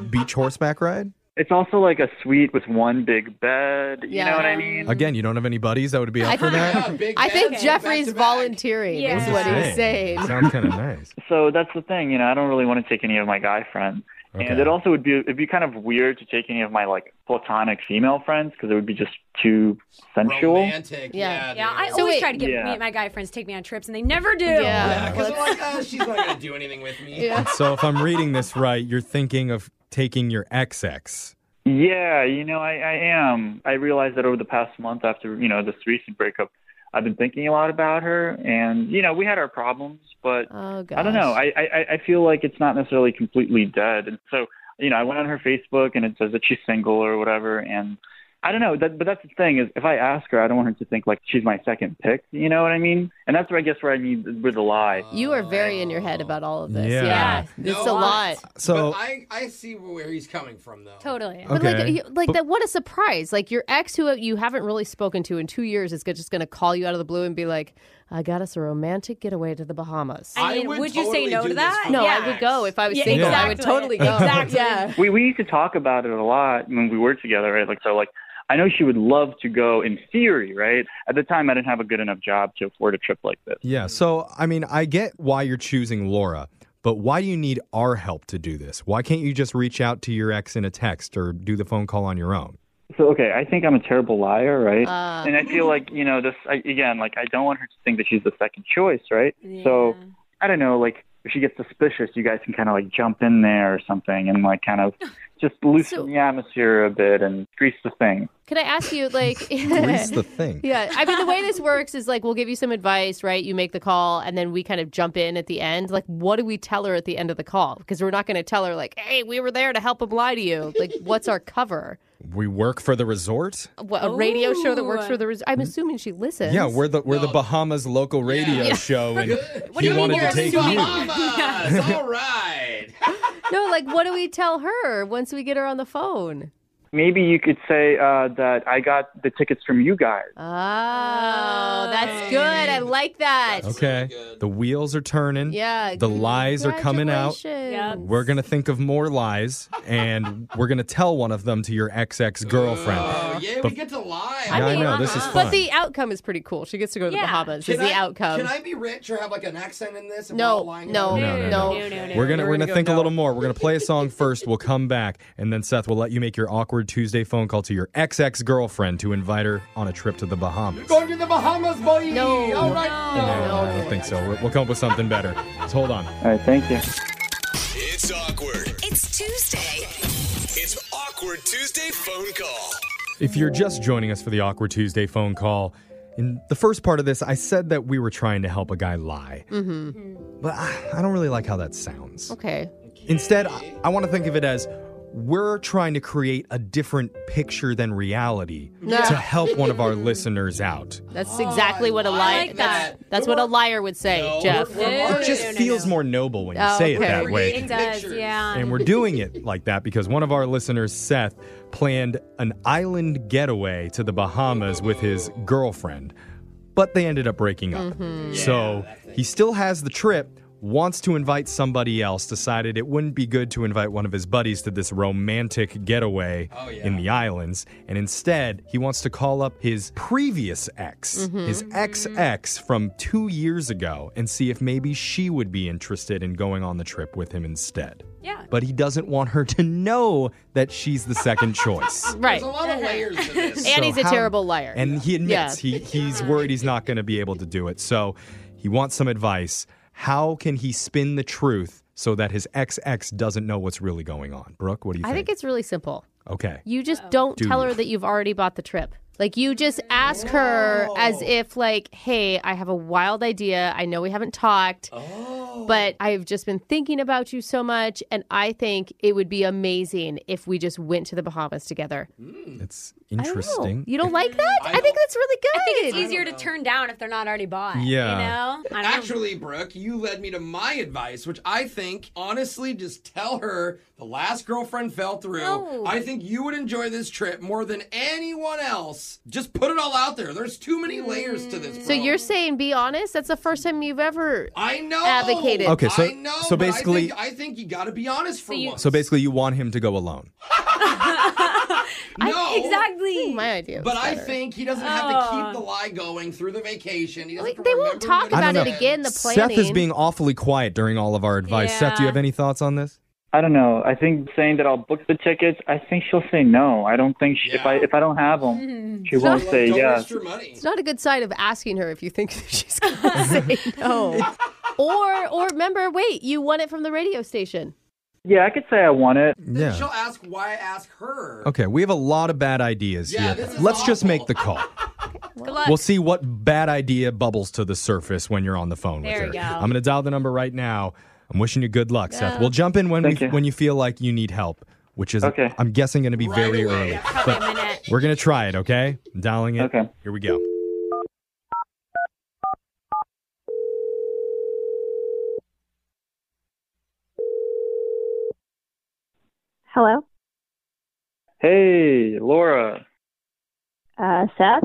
S4: beach horseback ride?
S15: it's also like a suite with one big bed. You know what I mean?
S4: Again, you don't have any buddies that would be up for that?
S1: I think Jeffrey's volunteering is what he was saying.
S4: Sounds kind of nice.
S15: So that's the thing, you know, I don't really want to take any of my guy friends. And it also would be it'd be kind of weird to take any of my like platonic female friends because it would be just too sensual.
S5: Romantic. Yeah.
S6: Yeah, I
S5: dude.
S6: always try to get
S15: Yeah.
S6: me and my guy friends to take me on trips, and they never do.
S5: Yeah, because I'm like, oh, she's not gonna do anything with me.
S6: Yeah.
S4: So if I'm reading this right, you're thinking of taking your XX.
S15: Yeah, you know, I, I am. I realized that over the past month after, you know, this recent breakup, I've been thinking a lot about her and you know, we had our problems, but I don't know. I, I, I- I feel like it's not necessarily completely dead. And so, you know, I went on her Facebook and it says that she's single or whatever and I don't know, that, but that's the thing is if I ask her, I don't want her to think like she's my second pick, you know what I mean? And that's where I guess where I need where the lie.
S1: You are very in your head about all of this.
S15: Yeah.
S1: Yeah,
S5: No,
S1: it's a lot.
S4: So-
S5: but I, I see where he's coming from though.
S1: Totally. But like,
S4: Okay.
S1: you- like that. What a surprise! Like your ex, who you haven't really spoken to in two years, is go- just going to call you out of the blue and be like, "I got us a romantic getaway to the Bahamas."
S6: I mean, would, you say no to that?
S1: No, I would go if I was
S6: Yeah,
S1: single. I would totally
S6: exactly.
S1: go.
S6: Exactly.
S1: Yeah.
S15: We we used to talk about it a lot when we were together, right? Like so like I know she would love to go in theory, right? At the time I didn't have a good enough job to afford a trip like this.
S4: Yeah. So, I mean, I get why you're choosing Laura, but why do you need our help to do this? Why can't you just reach out to your ex in a text or do the phone call on your own?
S15: So okay, I think I'm a terrible liar, right?
S4: Uh.
S15: and I feel like, you know, this I, again, like I don't want her to think that she's the second choice, right? So I don't know, like if she gets suspicious, you guys can kind of like jump in there or something and like kind of just loosen the atmosphere a bit and grease the thing.
S1: Can I ask you, like,
S4: Grease the thing.
S1: Yeah, I mean, the way this works is like we'll give you some advice, right? You make the call, and then we kind of jump in at the end. Like, what do we tell her at the end of the call? Because we're not going to tell her, like, hey, we were there to help him lie to you. Like, what's our cover?
S4: We work for the resort?
S1: What, a radio show that works for the. Res- I'm assuming she listens.
S4: Yeah, we're the we're the Bahamas local radio
S1: Yeah.
S4: show, and
S1: What do
S4: he
S1: you mean
S4: wanted
S1: you're
S4: to take
S1: assuming?
S4: you.
S5: all right.
S1: no, like, what do we tell her once we get her on the phone?
S15: Maybe you could say uh, that I got the tickets from you guys.
S1: Oh, that's good. I like that.
S4: Okay, the wheels are turning.
S1: Yeah,
S4: the lies are coming out.
S1: Congratulations.
S4: We're gonna think of more lies, and we're gonna tell one of them to your XX girlfriend.
S5: Oh, yeah,
S4: But-
S5: we get to lie.
S4: Yeah, I I mean, know, this is
S1: uh-huh. But
S4: fun.
S1: the outcome is pretty cool. She gets to go to the Bahamas. Is
S5: Can
S1: the
S5: I-
S1: outcome?
S5: Can I be rich or have like an accent in this? and we're
S1: No,
S5: all lying
S1: no,
S5: about
S4: no, no,
S5: it?
S4: no. We're gonna we're, gonna, think a little more. We're gonna play a song first. We'll come back, and then Seth will let you make your awkward Tuesday phone call to your XX girlfriend to invite her on a trip to the Bahamas.
S5: Going to the Bahamas, boy.
S1: No.
S5: All right.
S4: No, I don't think so. We'll, we'll come up with something better. Just hold on. All
S15: right, thank you.
S11: It's awkward. It's Tuesday. It's awkward Tuesday phone call.
S4: If you're just joining us for the Awkward Tuesday phone call, in the first part of this, I said that we were trying to help a guy lie,
S1: Mm-hmm.
S4: but I, I don't really like how that sounds.
S1: Okay.
S4: Instead, I, I want to think of it as we're trying to create a different picture than reality
S1: Yeah.
S4: to help one of our listeners out.
S1: That's exactly what a liar.
S8: like
S1: that's, that's what a liar would say,
S4: Oh,
S1: Jeff.
S4: It just feels more noble when you
S1: Oh,
S4: say it
S1: okay.
S4: that way.
S6: It does, yeah.
S4: And we're doing it like that because one of our listeners, Seth, planned an island getaway to the Bahamas with his girlfriend, but they ended up breaking up.
S1: Mm-hmm.
S4: So he still has the trip, wants to invite somebody else, decided it wouldn't be good to invite one of his buddies to this romantic getaway in the islands. And instead, he wants to call up his previous ex,
S16: Mhm.
S4: his ex ex from two years ago, and see if maybe she would be interested in going on the trip with him instead.
S6: Yeah.
S4: But he doesn't want her to know that she's the second choice.
S1: Right.
S5: There's a lot of layers to
S1: and
S5: this.
S1: he's a
S4: how-
S1: terrible liar.
S4: And he admits
S1: Yeah.
S4: he, he's worried he's not going to be able to do it. So he wants some advice. How can he spin the truth so that his XX doesn't know what's really going on? Brooke, what do you
S1: I
S4: think?
S1: think it's really simple.
S4: okay.
S1: You just don't
S4: Do
S1: tell
S4: you?
S1: her that you've already bought the trip. Like you just ask her as if like, "Hey, I have a wild idea. I know we haven't talked,
S5: Oh.
S1: but I've just been thinking about you so much and I think it would be amazing if we just went to the Bahamas together."
S4: It's
S1: I don't know.
S4: interesting.
S1: You don't like that? I, think that's really good.
S6: I think it's easier to turn down if they're not already bought.
S4: Yeah.
S6: You know? I don't
S3: Actually, Brooke, you led me to my advice, which I think, honestly, just tell her the last girlfriend fell through.
S6: No.
S3: I think you would enjoy this trip more than anyone else. Just put it all out there. There's too many layers to this.
S1: Mm. So you're saying be honest? That's the first time you've ever I know advocated.
S4: Okay, so
S3: I know,
S4: so
S3: but
S4: basically,
S3: I think, I think you got to be honest for once.
S4: so basically, you want him to go alone.
S1: I-
S3: no,
S1: exactly. My idea. was
S3: But I
S1: better.
S3: think he doesn't have to keep the
S8: Oh.
S3: lie going through the vacation. He doesn't have to
S1: They won't talk
S4: I
S1: about
S4: don't
S1: it
S4: know.
S1: again. The planning.
S4: Seth is being awfully quiet during all of our advice. Seth, do you have any thoughts on this?
S15: I don't know. I think saying that I'll book the tickets, I think she'll say no. I don't think she, if I if I don't have them, she won't say yes.
S1: It's not a good sign of asking her if you think that she's going to say no. Or, or remember, wait, you won it from the radio station.
S15: Yeah, I could say I want it.
S4: Yeah.
S3: She'll ask why I ask her.
S4: Okay, we have a lot of bad ideas here. Let's just make the call.
S1: Good luck.
S4: We'll see what bad idea bubbles to the surface when you're on the phone
S1: There
S4: with her.
S1: you go.
S4: I'm going to dial the number right now. I'm wishing you good luck, Seth.
S1: Yeah.
S4: We'll jump in when we, when you feel like you need help, which is I'm guessing going to be very early. But we're going to try it, okay? I'm dialing it. Okay. Here we go.
S17: Hello,
S15: Hey, Laura.
S17: uh, Seth.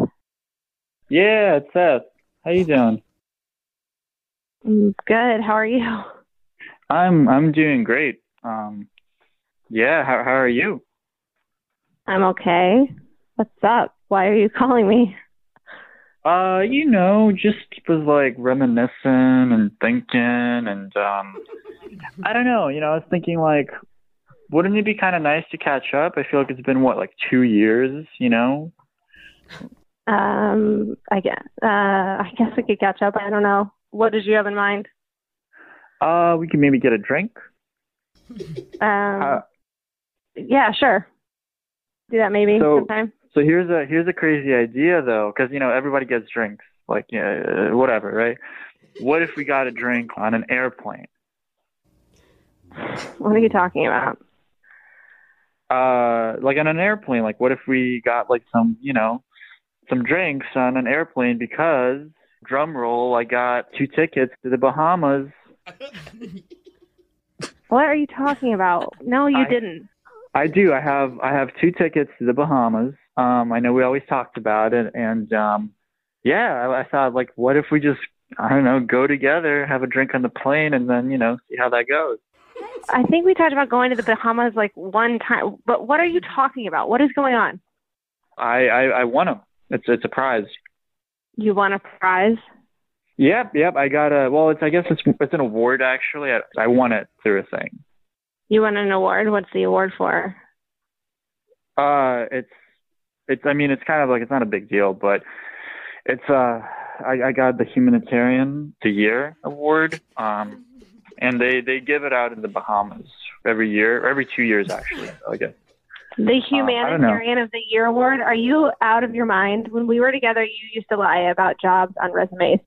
S15: Yeah, it's Seth. How you doing?
S17: Mm, Good. How are you?
S15: I'm I'm doing great. Um, yeah. How how are you?
S17: I'm okay. What's up? Why are you calling me?
S15: Uh, you know, just was like reminiscing and thinking, and um, I don't know. You know, I was thinking like, wouldn't it be kind of nice to catch up? I feel like it's been what like two years. You know?
S17: Um, I guess uh, I guess we could catch up. I don't know. What did you have in mind?
S15: Uh, we can maybe get a drink.
S17: Um,
S15: Uh,
S17: yeah, sure. Do that maybe
S15: So-
S17: sometime.
S15: So here's a here's a crazy idea though, because you know everybody gets drinks, like yeah, whatever, right? What if we got a drink on an airplane?
S17: What are you talking about?
S15: Uh, like on an airplane. Like what if we got like some you know some drinks on an airplane? Because drum roll, I got two tickets to the Bahamas.
S17: What are you talking about? No, you
S15: I-
S17: didn't.
S15: I do. I have I have two tickets to the Bahamas. Um, I know we always talked about it, and um, yeah, I, I thought like, what if we just I don't know go together, have a drink on the plane, and then you know see how that goes.
S17: I think we talked about going to the Bahamas like one time. But what are you talking about? What is going on?
S15: I I, I won them. It's it's a prize.
S17: You won a prize.
S15: Yep, yep. I got a well. It's I guess it's it's an award actually. I, I won it through a thing.
S17: You won an award. What's the award for?
S15: Uh, it's it's. I mean, it's kind of like it's not a big deal, but it's uh. I, I got the humanitarian the year award. Um, and they they give it out in the Bahamas every year, or every two years actually. I guess.
S17: The
S15: Uh, I don't know.
S17: Humanitarian of the Year award. Are you out of your mind? When we were together, you used to lie about jobs on resumes.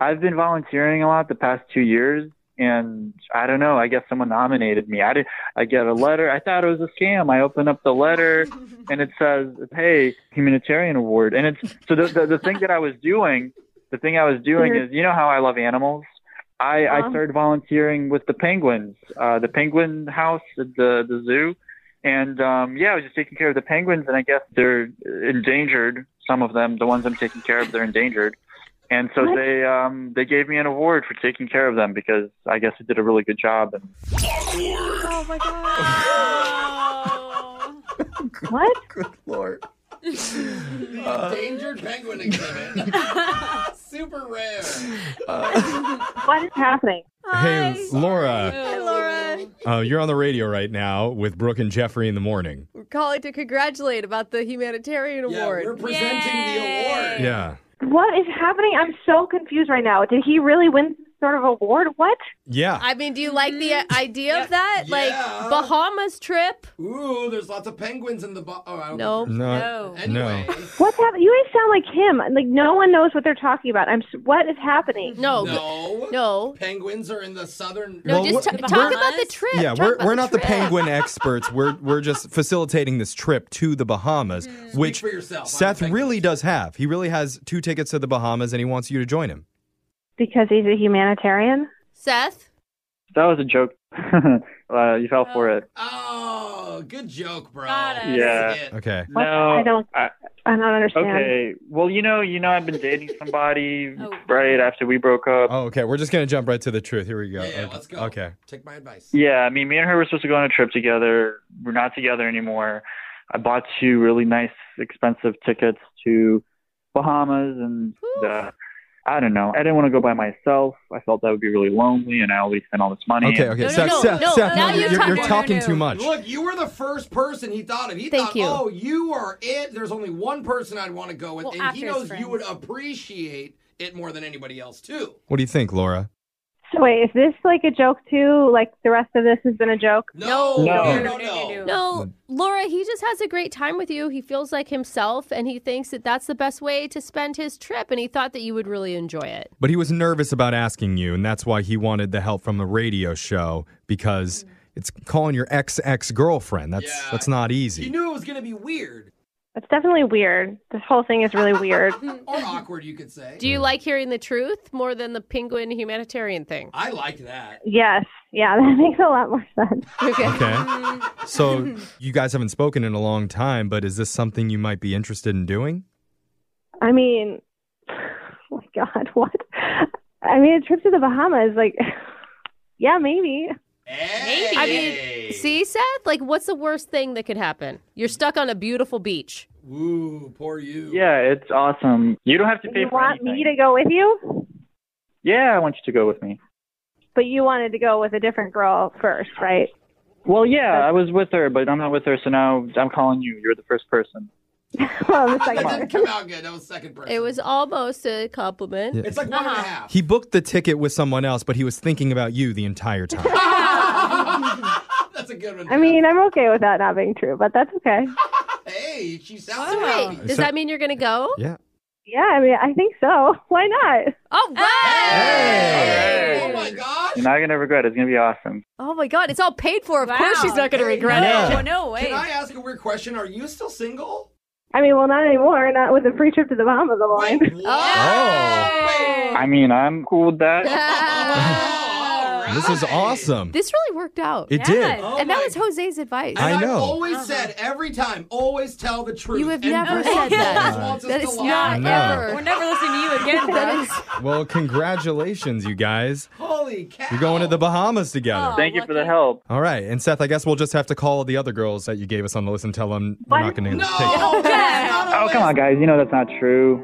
S15: I've been volunteering a lot the past two years, and I don't know. I guess someone nominated me. I did. I get a letter. I thought it was a scam. I open up the letter, and it says, "Hey, humanitarian award." And it's so the the, the thing that I was doing, the thing I was doing is, you know how I love animals. I I
S12: Uh-huh.
S15: started volunteering with the penguins, uh, the penguin house at the the zoo, and um, yeah, I was just taking care of the penguins. And I guess they're endangered. Some of them, the ones I'm taking care of, they're endangered. And so they um, they gave me an award for taking care of them because I guess I did a really good job. And
S11: Oh
S8: my god.
S1: Oh
S17: what?
S5: Good lord.
S3: The Uh, endangered penguin exhibit. Super rare.
S17: what is happening?
S4: Hey, Laura.
S8: Hi, Laura.
S4: Uh, you're on the radio right now with Brooke and Jeffrey in the morning.
S8: We're calling to congratulate about the humanitarian award.
S3: we're presenting the award.
S4: Yeah.
S17: What is happening? I'm so confused right now. Did he really win some sort of award? What?
S4: Yeah.
S8: I mean, do you like the uh, idea of that? Like Bahamas trip?
S3: Ooh, there's lots of penguins in the. Bo- oh, I don't
S8: Nope.
S4: No.
S3: Anyway.
S17: What's happening? You guys sound like him. Like no one knows what they're talking about. I'm. s- What is happening?
S8: No.
S3: No.
S8: No.
S3: Penguins are in the southern.
S4: No, Well, just what- ta-
S8: talk about the trip.
S4: Yeah, we're, we're not the penguin experts. We're we're just facilitating this trip to the Bahamas, which
S3: for yourself.
S4: Seth really does have. He really has two tickets to the Bahamas, and he wants you to join him.
S17: Because he's a humanitarian.
S8: Seth.
S15: that was a joke. uh, you fell for it.
S3: Oh, good joke, bro.
S15: Yeah.
S4: Okay.
S15: No, I
S17: don't.
S15: I,
S17: I don't understand.
S15: Okay. Well, you know, you know, I've been dating somebody
S17: Oh.
S15: right after we broke up.
S4: Oh, okay. We're just gonna jump right to the truth. Here we go. okay. let's go. Okay.
S3: Take my advice.
S15: Yeah, I mean, me and her were supposed to go on a trip together. We're not together anymore. I bought two really nice, expensive tickets to Bahamas, and uh, I don't know. I didn't want to go by myself. I felt that would be really lonely, and I already spent all this money.
S4: Okay, okay, No, no, Seth, no, Seth, no, Seth, now no, you're you're- you're talking- talking too much.
S3: Look, you were the first person he thought of. He
S4: Thank
S3: thought,
S4: you.
S3: oh, you are it. There's only one person I'd want to go with.
S6: Well,
S3: and he
S6: after his
S3: knows you would appreciate it more than anybody else, too.
S4: What do you think, Laura?
S17: So wait, is this like a joke too? Like the rest of this has been a joke?
S3: No.
S4: No.
S3: no, no.
S1: No, Laura, he just has a great time with you. He feels like himself and he thinks that that's the best way to spend his trip. And he thought that you would really enjoy it.
S4: But he was nervous about asking you, and that's why he wanted the help from the radio show because it's calling your ex ex girlfriend. That's that's not
S3: He
S4: easy.
S3: knew it was going to be weird
S17: It's definitely weird. This whole thing is really weird.
S3: or awkward, you could say.
S1: Do you like hearing the truth more than the penguin humanitarian thing?
S3: I like that.
S17: Yes. Yeah, that makes a lot more sense.
S1: Okay.
S4: Okay. So you guys haven't spoken in a long time, but is this something you might be interested in doing?
S17: I mean, oh my God, what? I mean, a trip to the Bahamas, like, yeah, maybe.
S1: Maybe. I mean, see, Seth, like, what's the worst thing that could happen? You're stuck on a beautiful beach.
S3: Ooh, poor you.
S15: Yeah, it's awesome. You don't have to pay
S17: You
S15: for
S17: want
S15: anything.
S17: me to go with you,
S15: Yeah, I want you to go with me.
S17: but you wanted to go with a different girl first, right?
S15: Well, yeah, I was with her, but I'm not with her, so now I'm calling you. You're the first person.
S17: Well, it's
S3: That
S17: like,
S3: didn't come out good. That was second person.
S1: It was almost a compliment. Uh-huh.
S4: Yeah. It's like
S3: one and a
S4: He booked the ticket with someone else, but he was thinking about you the entire time.
S3: That's a good one.
S17: Um, I mean, I'm okay with that not being true, but that's okay.
S3: hey, she sounds
S1: So wait, does
S4: So-
S1: that mean you're going to go?
S4: Yeah.
S17: Yeah, I mean, I think so. Why not?
S1: All right.
S3: Oh my god.
S15: You're not gonna regret it. It's gonna be awesome.
S1: Oh my God, it's all paid for. Of course she's not going to regret it.
S3: Can I ask a weird question? Are you still single?
S17: I mean, well, not anymore. Not with a free trip to the Bahamas on the line.
S4: Oh.
S15: I mean, I'm cool with that.
S4: This is awesome.
S1: This really worked out.
S4: It did.
S3: Oh
S1: and that
S3: my-
S1: was Jose's advice.
S3: And I've
S4: Uh-huh.
S3: always said every time, always tell the truth.
S1: You have
S3: And
S1: never
S3: no
S1: said
S3: one
S1: that.
S3: else wants us
S1: That
S3: to
S1: is
S3: lie.
S1: not
S4: No.
S1: ever.
S4: We're
S1: never listening to you again, bro.
S4: Well, congratulations, you guys.
S3: Holy cow.
S4: You're going to the Bahamas together.
S15: Thank you for the help.
S4: All right, and Seth, I guess we'll just have to call the other girls that you gave us on the list and tell them we're not going to take.
S15: Oh, come on, guys. You know that's not true.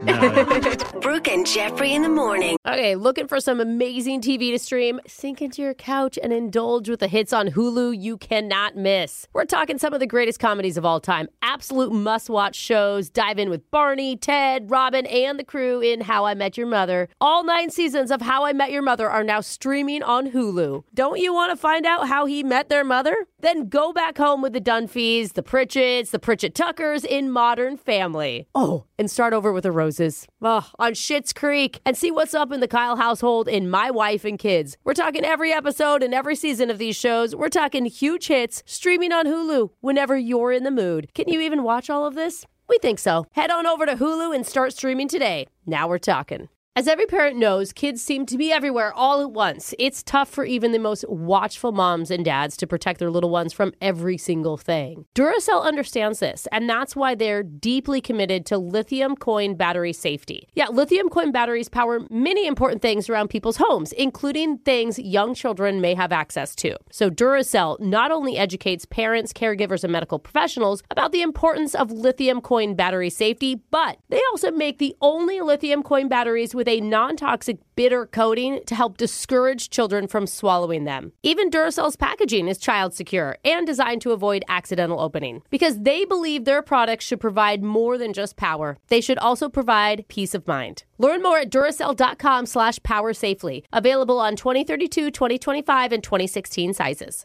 S1: Brooke and Jeffrey in the morning. Okay, looking for some amazing TV to stream? Sink into your couch and indulge with the hits on Hulu you cannot miss. We're talking some of the greatest comedies of all time, absolute must watch shows. Dive in with Barney, Ted, Robin, and the crew in How I Met Your Mother. All nine seasons of How I Met Your Mother are now streaming on Hulu. Don't you want to find out how he met their mother? Then go back home with the Dunphys, the Pritchetts, the Pritchett Tuckers in Modern Family. family. Oh, and start over with the roses. Ugh, on Shits Creek and see what's up in the Kyle household in My Wife and Kids. We're talking every episode and every season of these shows. We're talking huge hits streaming on Hulu whenever you're in the mood. Can you even watch all of this? We think so. Head on over to Hulu and start streaming today. Now we're talking. As every parent knows, kids seem to be everywhere all at once. It's tough for even the most watchful moms and dads to protect their little ones from every single thing. Duracell understands this, and that's why they're deeply committed to lithium coin battery safety. Yeah, lithium coin batteries power many important things around people's homes, including things young children may have access to. So Duracell not only educates parents, caregivers, and medical professionals about the importance of lithium coin battery safety, but they also make the only lithium coin batteries with a non toxic bitter coating to help discourage children from swallowing them. Even Duracell's packaging is child secure and designed to avoid accidental opening because they believe their products should provide more than just power. They should also provide peace of mind. Learn more at Duracell.com slash power safely. Available on 2032, 2025, and 2016 sizes.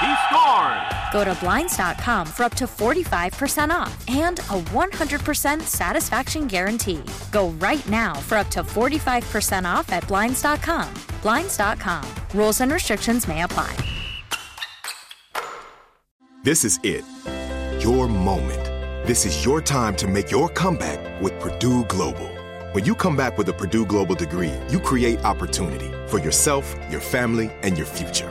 S18: He scored. Go to Blinds.com for up to 45% off and a 100% satisfaction guarantee. Go right now for up to 45% off at Blinds.com. Blinds.com. Rules and restrictions may apply.
S2: This is it. Your moment. This is your time to make your comeback with Purdue Global. When you come back with a Purdue Global degree, you create opportunity for yourself, your family, and your future.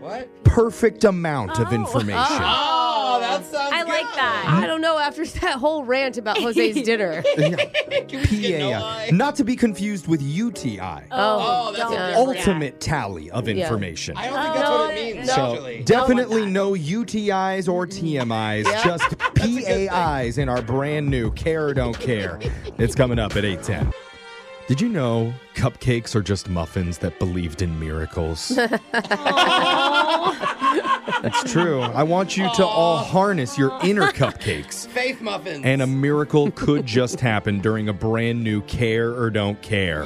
S3: What?
S4: Perfect amount of information.
S3: Oh, that sounds
S1: Um, I like that. Oh. I don't know after that whole rant about Jose's dinner.
S4: PAI. Not to be confused with UTI.
S1: Oh,
S3: that's a
S1: don't.
S4: Ultimate tally of information.
S3: I don't think that's what it means,
S4: So
S3: actually.
S4: definitely no UTIs or TMIs,
S3: Yeah.
S4: just PAIs in our brand new Care or Don't Care. it's coming up at 810. Did you know cupcakes are just muffins that believed in miracles? That's true. I want you to all harness your inner cupcakes.
S3: Faith muffins.
S4: And a miracle could just happen during a brand new Care or Don't Care.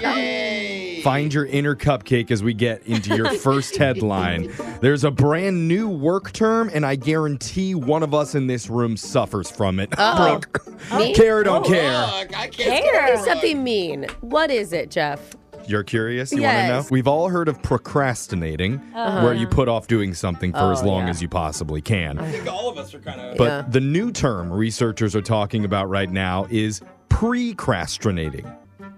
S4: Find your inner cupcake as we get into your first headline. There's a brand new work term, and I guarantee one of us in this room suffers from it.
S1: Uh-oh.
S4: Brooke,
S1: Me?
S4: care or don't care.
S1: It's gonna be Oh. something mean. What is it, Jeff?
S4: You're curious? You want
S1: Yes.
S4: to know? We've all heard of procrastinating,
S1: Uh-huh.
S4: where you put off doing something for
S3: Oh,
S4: as long
S3: yeah.
S4: as you possibly can.
S3: I think all of us are kind of.
S4: But the new term researchers are talking about right now is precrastinating.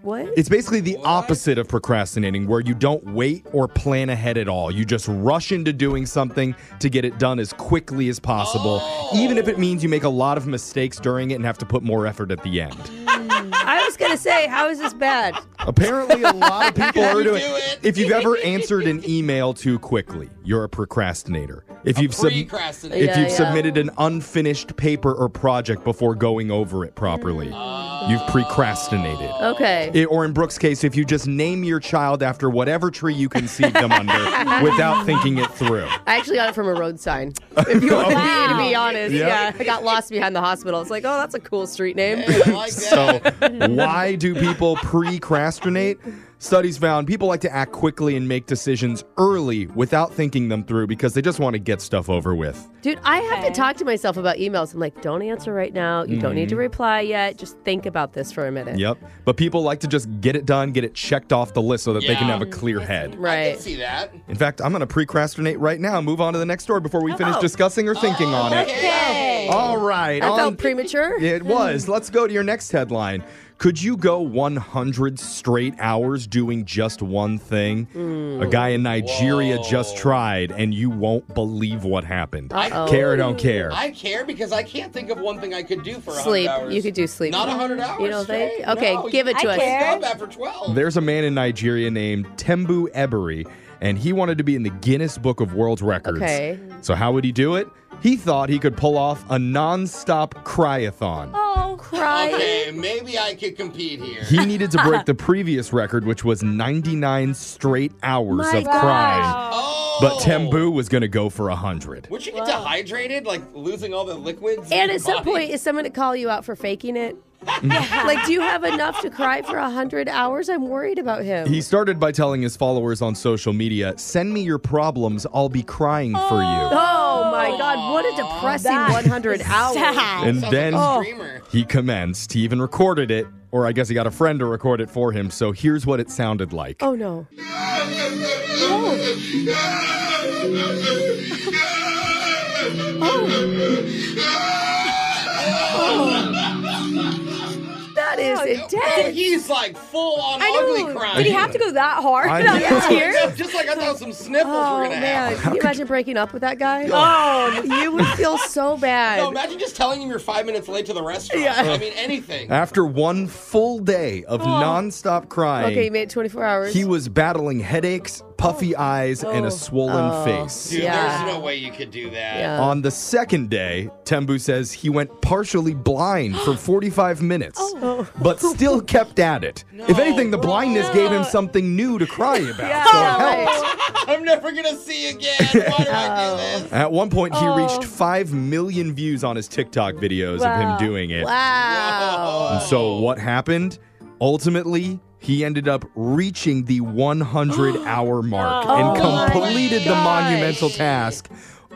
S8: What?
S4: It's basically the opposite of procrastinating, where you don't wait or plan ahead at all. You just rush into doing something to get it done as quickly as possible, even if it means you make a lot of mistakes during it and have to put more effort at the end.
S1: Hmm.
S8: I was gonna say, how is this bad?
S4: Apparently, a lot of people are doing. If you've ever answered an email too quickly, you're a procrastinator. If
S3: A
S4: you've sub-
S3: precrastinator.
S4: if
S3: Yeah,
S4: you've
S3: yeah.
S4: submitted an unfinished paper or project before going over it properly, you've procrastinated.
S1: Okay.
S4: It- or in Brooke's case, if you just name your child after whatever tree you conceived them under without thinking it through.
S1: I actually got it from a road sign. If you want me to be honest,
S4: Yeah.
S1: yeah, I got lost behind the hospital. It's like, oh, that's a cool street name.
S4: So, why do people procrastinate? Studies found people like to act quickly and make decisions early without thinking them through because they just want to get stuff over with.
S1: Dude, I have to talk to myself about emails. I'm like, don't answer right now. You don't need to
S4: Mhm.
S1: reply yet. Just think about this for a minute.
S4: Yep. But people like to just get it done, get it checked off the list so that they can
S1: Yeah.
S4: have a clear head.
S1: Right. I
S5: see that.
S4: In fact, I'm going to procrastinate right now and move on to the next story before we finish
S1: Oh.
S4: discussing or thinking on it.
S1: Okay.
S4: All right.
S1: I
S4: on-
S1: felt premature.
S4: It was. Let's go to your next headline. Could you go 100 straight hours doing just one thing?
S1: Mm.
S4: A guy in Nigeria just tried, and you won't believe what happened. Care or
S1: Oh.
S4: don't care?
S5: I care because I can't think of one thing I could do for 100
S1: Sleep.
S5: hours.
S1: You could do sleep.
S5: Not 100 hours.
S1: You don't think?
S5: straight.
S1: Okay,
S5: No,
S1: give it to
S5: I
S1: us.
S5: can't stop after 12.
S1: Oh.
S4: There's a man in Nigeria named Tembu Ebery, and he wanted to be in the Guinness Book of World Records.
S1: Okay.
S4: So, how would he do it? He thought he could pull off a nonstop cryathon.
S1: Oh,
S5: cry. Okay, maybe I could compete here.
S4: He needed to break the previous record, which was 99 straight hours
S5: My
S4: of
S5: gosh.
S4: crying.
S1: Oh.
S4: But Tembu was going to go for 100.
S5: Oh, Would you get dehydrated, like losing all the liquids? in
S1: And
S5: your
S1: at some
S5: body?
S1: point, is someone going to call you out for faking it? like, do you have enough to cry for 100 hours? I'm worried about him.
S4: He started by telling his followers on social media, send me your problems, I'll be crying for you.
S1: Oh my God! What a depressing
S8: That
S1: 100
S8: is
S1: hours.
S8: sad.
S4: And then he commenced. He even recorded it, or I guess he got a friend to record it for him. So here's what it sounded like.
S1: Oh no. Oh. That is
S5: And he's like full on
S8: I know.
S5: ugly crying.
S8: Did he have to go that hard
S4: I
S8: on
S4: know.
S8: his tears?
S5: Just like I thought some sniffles
S1: Oh
S5: were gonna
S1: man,
S5: happen.
S1: can you imagine breaking up with that guy?
S5: Oh.
S1: you would feel so bad.
S5: No, imagine just telling him you're five minutes late to the restaurant.
S1: Yeah.
S5: I mean anything.
S4: After one full day of nonstop crying,
S1: Okay, you made it 24 hours.
S4: he was battling headaches, puffy eyes, and a swollen
S1: Oh.
S4: face.
S5: Dude,
S1: Yeah.
S5: there's no way you could do that.
S4: On the second day, Tembu says he went partially blind for 45 minutes,
S1: Oh.
S4: but still kept at it. if anything, the blindness gave him something new to cry about. So help.
S1: Oh.
S5: I'm never gonna see you again. Why do I do this?
S4: At one point, he
S5: Oh.
S4: reached 5 million views on his TikTok videos
S1: Wow.
S4: of him doing it.
S1: Wow.
S4: And so, what happened? Ultimately, he ended up reaching the 100 hour mark
S1: No.
S4: and
S1: Oh my
S4: completed the
S1: gosh.
S4: monumental task,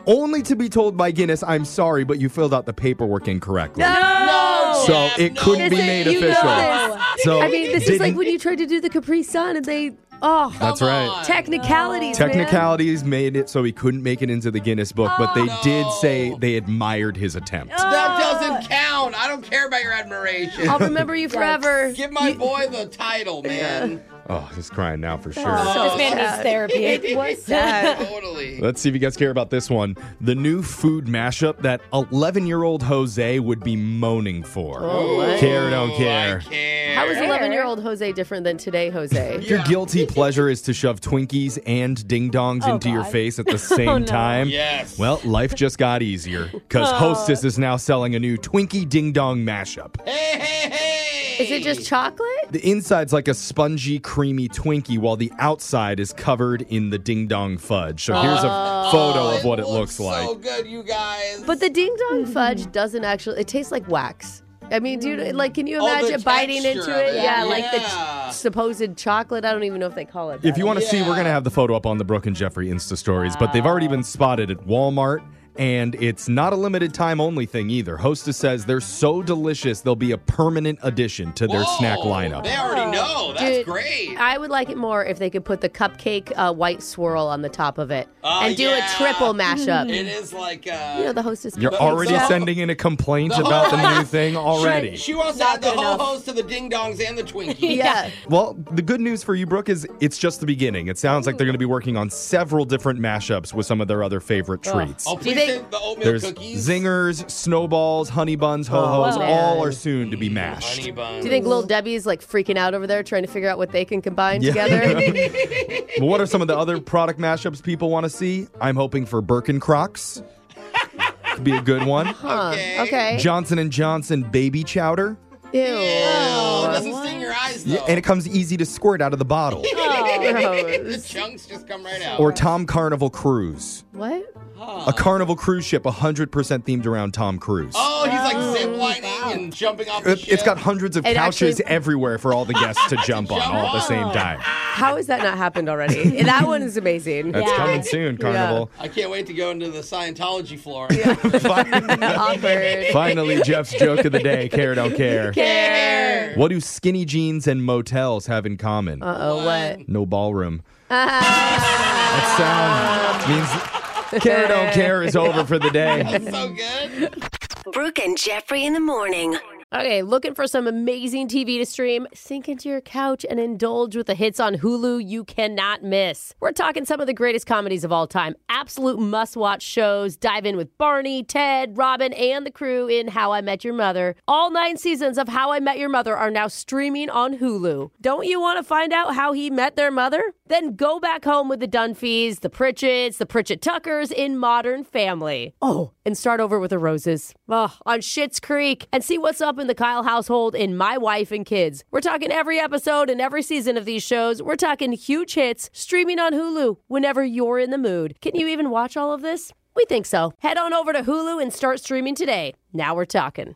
S4: only to be told by Guinness, I'm sorry, but you filled out the paperwork incorrectly.
S1: No.
S4: So, it couldn't be
S1: This is-
S4: made
S1: you know
S4: official.
S1: this.
S4: So
S1: I mean, this is like
S4: didn't-
S1: when you tried to do the Capri Sun and they oh
S4: That's right.
S1: technicalities. man.
S4: Technicalities made it so he couldn't make it into the Guinness book, but they
S1: Oh,
S4: did say they admired his attempt.
S5: That doesn't count. I don't care about your admiration.
S1: I'll remember you forever.
S5: Give my boy the title, man.
S4: Oh, he's crying now for
S1: Oh,
S4: sure.
S5: This
S6: man needs therapy.
S1: It was sad.
S5: totally.
S4: Let's see if you guys care about this one. The new food mashup that 11 year old Jose would be moaning for.
S1: Oh, what?
S4: care or don't care.
S1: How is 11 year old Jose different than today Jose?
S4: Your guilty pleasure is to shove Twinkies and ding dongs
S1: Oh,
S4: into your
S1: God.
S4: face at
S1: Oh,
S4: the same
S1: no.
S4: time.
S1: Yes.
S4: Well, life just got easier because
S1: Oh.
S4: Hostess is now selling a new Twinkie ding dong mashup.
S1: Is it just chocolate?
S4: The inside's like a spongy, creamy Twinkie, while the outside is covered in the ding dong fudge. So here's a
S1: Oh.
S4: photo of what it looks like.
S5: good, you guys.
S1: But the ding dong fudge doesn't actually, it tastes like wax. I mean, dude, like, can you
S5: Oh, the
S1: imagine biting
S5: texture
S1: into
S5: of
S1: it?
S5: it.
S1: Yeah, like the
S5: Yeah.
S1: ch- supposed chocolate. I don't even know if they call it that.
S4: If you want to see, we're going to have the photo up on the Brooke and Jeffrey Insta stories, but they've already been spotted at Walmart And it's not a limited time only thing either. Hostess says they're so delicious, they'll be a permanent addition to their snack lineup.
S1: already
S3: Oh,
S1: know. That's great. I would like it more if they could put the cupcake uh, white swirl on the top of it
S3: Oh,
S1: and do
S3: yeah.
S1: a triple mashup.
S3: It is like uh,
S1: You know, the hostess.
S4: You're
S1: cupcake
S4: already
S1: stuff.
S4: sending in a complaint about the new thing already.
S3: She wants to
S5: Not
S3: add the
S5: good
S3: ho
S5: enough.
S3: hos to the ding dongs and the Twinkies.
S1: yeah.
S4: Well, the good news for you, Brooke, is it's just the beginning. It sounds like they're going to be working on several different mashups with some of their other favorite treats.
S3: Oh, please send the oatmeal
S4: There's
S3: cookie.
S4: zingers, snowballs, honey buns, ho hos,
S1: Oh, man.
S4: all are soon to be mashed. Honey
S1: Do
S4: buns.
S1: you think little Debbie's like freaking out over there trying to figure out what they can combine
S4: Yeah.
S1: together?
S4: Well, what are some of the other product mashups people want to see? I'm hoping for Birkin Crocs. Could be a good one.
S1: Huh. Okay.
S4: Johnson and Johnson baby chowder.
S1: Ew.
S3: Oh, doesn't sting your eyes
S4: Yeah, and it comes easy to squirt out of the
S1: Oh,
S4: bottle.
S3: the chunks just come right out.
S4: Or Tom Carnival Cruise.
S1: What?
S4: A carnival cruise ship 100% themed around Tom Cruise.
S3: Oh, he's like ziplining and jumping off the
S4: It,
S3: ship.
S4: has got hundreds of
S1: It
S4: couches
S1: actually-
S4: everywhere for all the guests to jump on all at the same time.
S1: How has that not happened already? that one is amazing.
S4: That's coming soon, Carnival.
S3: I can't wait to go into the Scientology floor.
S1: Awkward.
S4: Finally, Jeff's joke of the day care, don't care.
S1: Care.
S4: What do skinny jeans and motels have in common?
S1: Uh oh, what?
S4: No ballroom.
S1: Ah.
S4: That sound means care, don't care is over for the day.
S9: Brooke and Jeffrey in the morning.
S1: Okay, looking for some amazing TV to stream? Sink into your couch and indulge with the hits on Hulu you cannot miss. We're talking some of the greatest comedies of all time, absolute must watch shows. Dive in with Barney, Ted, Robin, and the crew in How I Met Your Mother. All nine seasons of How I Met Your Mother are now streaming on Hulu. Don't you want to find out how he met their mother? Then go back home with the Dunphys, the Pritchett's, the Pritchett Tuckers in Modern Family. Oh, and start over with the Roses. Ugh, on Schitt's Creek and see what's up in the Kyle household in My Wife and Kids. We're talking every episode and every season of these shows. We're talking huge hits streaming on Hulu whenever you're in the mood. Can you even watch all of this? We think so. Head on over to Hulu and start streaming today. Now we're talking.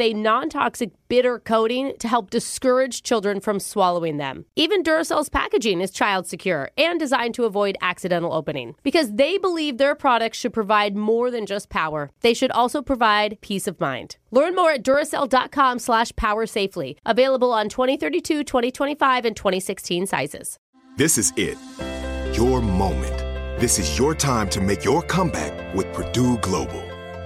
S1: a non toxic bitter coating to help discourage children from swallowing them. Even Duracell's packaging is child secure and designed to avoid accidental opening because they believe their products should provide more than just power. They should also provide peace of mind. Learn more at Duracell.com slash power safely. Available on 2032, 2025, and 2016 sizes.
S2: This is it. Your moment. This is your time to make your comeback with Purdue Global.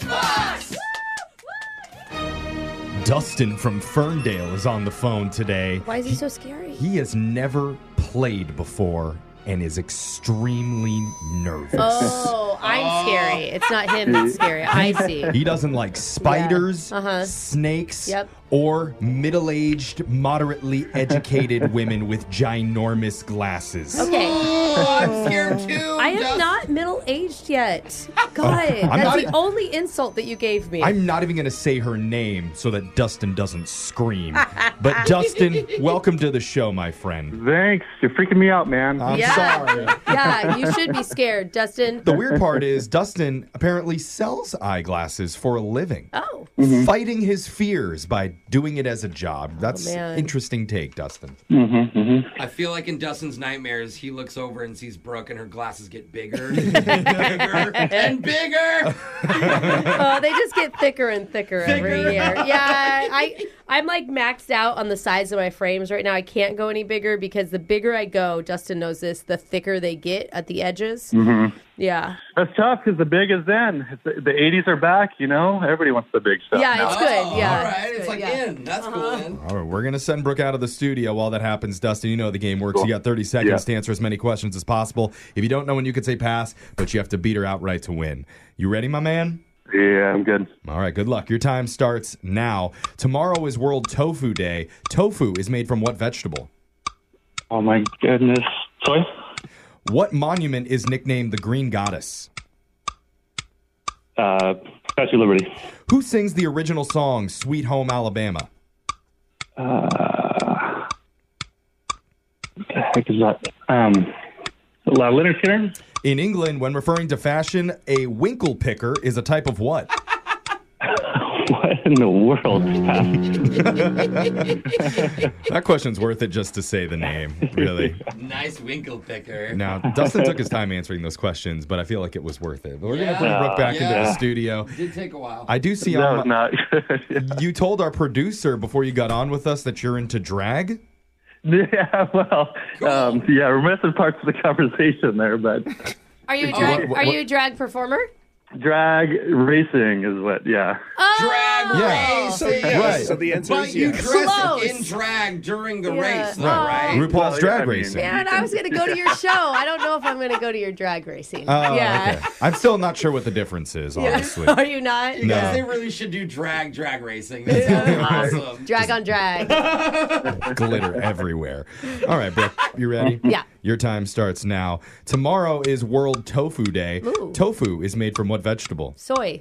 S11: Fox.
S4: Dustin from Ferndale is on the phone today.
S1: Why is he so scary?
S4: He has never played before and is extremely nervous.
S1: Oh, I'm scary. It's not him that's scary. I see.
S4: He doesn't like spiders,
S1: Uh-huh.
S4: snakes,
S1: Yep.
S4: or middle aged, moderately educated women with ginormous glasses.
S8: Okay.
S11: I'm scared too,
S8: I am
S11: Dust.
S8: not middle aged yet.
S1: Oh,
S8: God,
S4: I'm
S8: that's
S4: not-
S8: the only insult that you gave me.
S4: I'm not even going to say her name so that Dustin doesn't scream. but Dustin, welcome to the show, my friend.
S19: Thanks. You're freaking me out, man.
S4: I'm
S1: Yeah.
S4: sorry.
S1: Yeah, you should be scared, Dustin.
S4: The weird part is Dustin apparently sells eyeglasses for a living.
S1: Oh.
S19: Mm-hmm.
S4: Fighting his fears by doing it as a job. That's
S1: Oh,
S3: man.
S4: interesting take, Dustin.
S19: Mm-hmm,
S3: I feel like in Dustin's nightmares, he looks over and sees Brooke, and her glasses get bigger, and bigger, and bigger.
S1: oh, they just get thicker and thicker, every
S3: Thicker.
S1: year. Yeah, I I'm like maxed out on the size of my frames right now. I can't go any bigger because the bigger I go, Dustin knows this, the thicker they get at the edges.
S4: Mm.
S19: Mm-hmm.
S1: Yeah.
S19: That's tough because the big is in. It's The, the 80s are back, you know? Everybody wants the big stuff.
S1: Yeah,
S19: now.
S1: it's good. Yeah.
S3: Oh,
S1: Uh-huh.
S3: All right, it's like in. That's cool. In.
S4: All right, we're going to send Brooke out of the studio while that happens. Dustin, you know the game works. You got 30 seconds
S19: Yeah.
S4: to answer as many questions as possible. If you don't know when you can say pass, but you have to beat her outright to win. You ready, my man?
S19: Yeah, I'm good.
S4: All right, good luck. Your time starts now. Tomorrow is World Tofu Day. Tofu is made from what vegetable?
S19: Oh, my goodness. Soy?
S4: What monument is nicknamed the Green Goddess?
S19: Uh, Statue of Liberty.
S4: Who sings the original song Sweet Home Alabama?
S19: Uh, what the heck is that? Um, La- Leonard Skinner?
S4: In England, when referring to fashion, a winkle picker is a type of what?
S19: What in the world?
S4: that question's worth it just to say the name, really.
S3: Nice winkle picker.
S4: Now, Dustin took his time answering those questions, but I feel like it was worth it. But we're going to bring
S3: Yeah.
S4: Brooke back into
S3: Yeah.
S4: the studio.
S3: Did take a while.
S4: I do see uh,
S19: That was
S4: on my- you told our producer before you got on with us that you're into drag.
S19: Yeah, well, um, yeah, we're missing parts of the conversation there, but
S1: Are you a
S19: Oh,
S1: drag
S19: what- what-
S1: are you a drag performer?
S19: drag racing is what, yeah.
S1: Oh, Drag
S19: Yeah.
S3: race.
S19: So yes.
S3: is-
S19: So the answer
S3: but
S19: is
S3: you
S19: yes.
S3: dress
S1: Close.
S3: in drag during the
S1: Yeah.
S3: race, though, right?
S4: RuPaul's Drag Racing.
S1: Man, I was gonna go to your show. I don't know if I'm gonna go to your drag racing. yeah.
S4: Oh, okay. I'm still not sure what the difference is,
S1: Yeah.
S4: honestly.
S1: Are you not?
S3: You
S4: No.
S3: guys, they really should do drag drag racing. That sounds awesome.
S1: Drag on drag.
S4: Glitter everywhere. All right, Brooke, you ready?
S1: Yeah.
S4: Your time starts now. Tomorrow is World Tofu Day.
S1: Ooh.
S4: Tofu is made from what vegetable?
S1: Soy.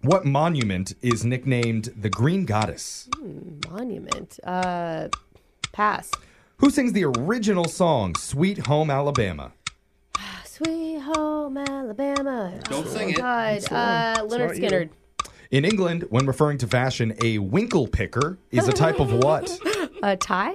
S4: What monument is nicknamed the Green Goddess?
S1: Hmm, monument. Uh pass.
S4: Who sings the original song Sweet Home Alabama?
S1: Sweet Home Alabama.
S3: Don't
S1: oh,
S3: sing it.
S1: God.
S3: It's
S1: Uh,
S3: not- it's
S1: Leonard
S3: not you.
S1: Skinner.
S4: In England, when referring to fashion, a winkle picker is a type of what?
S1: Uh, Ty?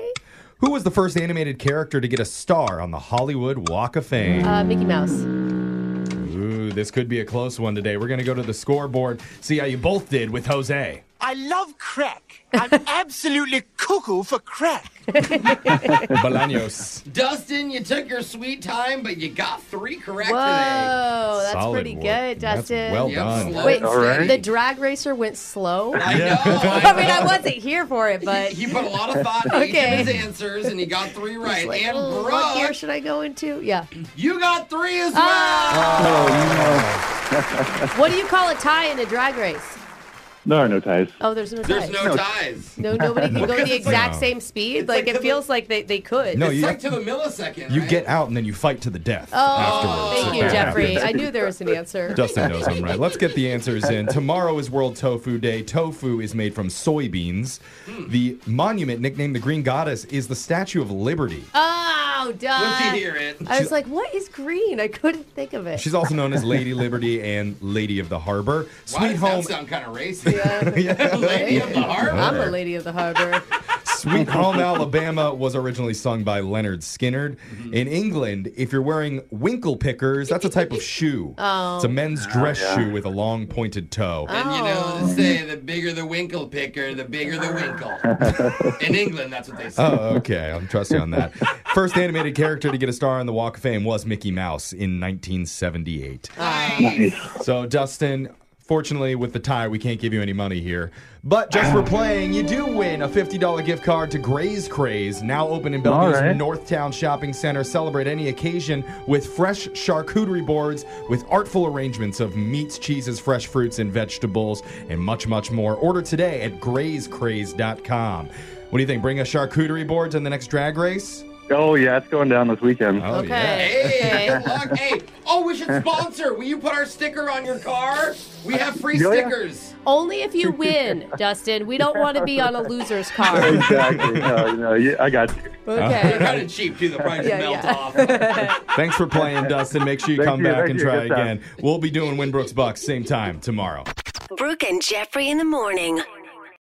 S4: Who was the first animated character to get a star on the Hollywood Walk of Fame?
S1: Uh, Mickey Mouse.
S4: Ooh, this could be a close one today. We're going to go to the scoreboard, see how you both did with Jose.
S11: I love crack. I'm absolutely cuckoo for crack.
S4: Bolaños.
S3: Dustin, you took your sweet time, but you got three correct
S1: Whoa,
S3: today.
S1: that's
S4: Solid
S1: pretty
S4: work.
S1: good,
S4: That's
S1: Dustin.
S4: well Yep, done. slow
S1: Wait,
S4: and All right.
S1: the drag racer went slow. I
S4: know,
S1: I, mean, I wasn't here for it, but
S3: He put a lot of thought into each of his answers, and he got three right.
S1: Like,
S3: and
S1: "Oh, what gear
S3: Brooke,
S1: should I go into? Yeah.
S3: you got three as well.
S1: Ah. What do you call a tie in a drag race?
S19: There are no ties.
S1: Oh, there's no
S3: There's
S1: ties.
S3: no ties.
S1: No, nobody can go
S3: Because
S1: the
S3: it's like-
S1: exact
S4: No.
S1: same speed. Like, it feels like they, they could.
S4: No, It's you- like
S3: to the millisecond.
S4: You get out and then you fight to the death
S1: Oh,
S4: afterwards.
S1: thank
S4: if
S1: you,
S4: that
S1: Jeffrey. I
S4: happens.
S1: knew there was an answer.
S4: Dustin knows I'm right. Let's get the answers in. Tomorrow is World Tofu Day. Tofu is made from
S5: Hmm.
S4: soybeans. The monument nicknamed the Green Goddess is the Statue of Liberty.
S1: Oh,
S8: Oh, duh.
S3: Once you hear it.
S8: I was like, what is green? I couldn't think of it.
S4: She's also known as Lady Liberty and Lady of the Harbor.
S8: Why
S4: Sweet
S8: does
S5: that
S4: Home
S5: sound kind of racist?
S4: Yeah.
S5: Lady of the Harbor.
S8: I'm a lady of the harbor.
S4: Sweet Home Alabama was originally sung by Leonard Skinnard.
S5: Mm-hmm.
S4: In England, if you're wearing winkle pickers, that's a type of shoe.
S5: Oh. Ah.
S4: It's a men's dress shoe with a long pointed toe.
S5: And you know they say the bigger the winkle picker, the bigger the winkle. In England, that's what they say.
S4: Oh, okay. I'm trusting on that. First animated character to get a star on the Walk of Fame was Mickey Mouse in 1978. So, Dustin, fortunately, with the tie, we can't give you any money here. But just for playing, you do win a $50 gift card to Gray's Craze, now open in Belgium's
S14: All right.
S4: Northtown Shopping Center. Celebrate any occasion with fresh charcuterie boards with artful arrangements of meats, cheeses, fresh fruits, and vegetables, and much, much more. Order today at grayscraze.com. What do you think? Bring a charcuterie board to the next drag race?
S19: Oh yeah, it's going down this weekend.
S4: Oh, okay.
S5: Hey, good luck. Hey, oh, we should sponsor. Will you put our sticker on your car? We have free
S19: Yeah, yeah.
S5: stickers.
S1: Only if you win, Dustin. We don't want to be on a loser's card.
S19: exactly. No, no, you, I got you.
S5: They're kind of cheap too. They'll probably just
S1: Yeah,
S5: melt off.
S4: Thanks for playing, Dustin. Make sure you
S19: Thank
S4: come
S19: you,
S4: back
S19: thank
S4: and
S19: you.
S4: try
S19: Good time.
S4: again. We'll be doing Winbrook's Bucks same time tomorrow.
S9: Brooke and Jeffrey in the morning.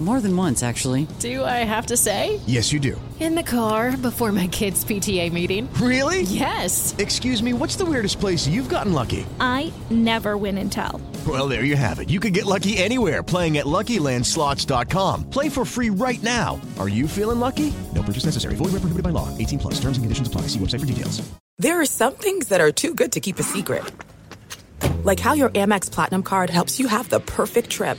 S20: More than once, actually.
S21: Do I have to say?
S22: Yes, you do.
S21: In the car before my kids' PTA meeting.
S22: Really?
S21: Yes.
S22: Excuse me, what's the weirdest place you've gotten lucky?
S23: I never win and tell.
S22: Well, there you have it. You can get lucky anywhere playing at LuckyLandSlots.com. Play for free right now. Are you feeling lucky? No purchase necessary. Void where prohibited by law. 18 plus. Terms and conditions apply. See website for details.
S24: There are some things that are too good to keep a secret. Like how your Amex Platinum card helps you have the perfect trip.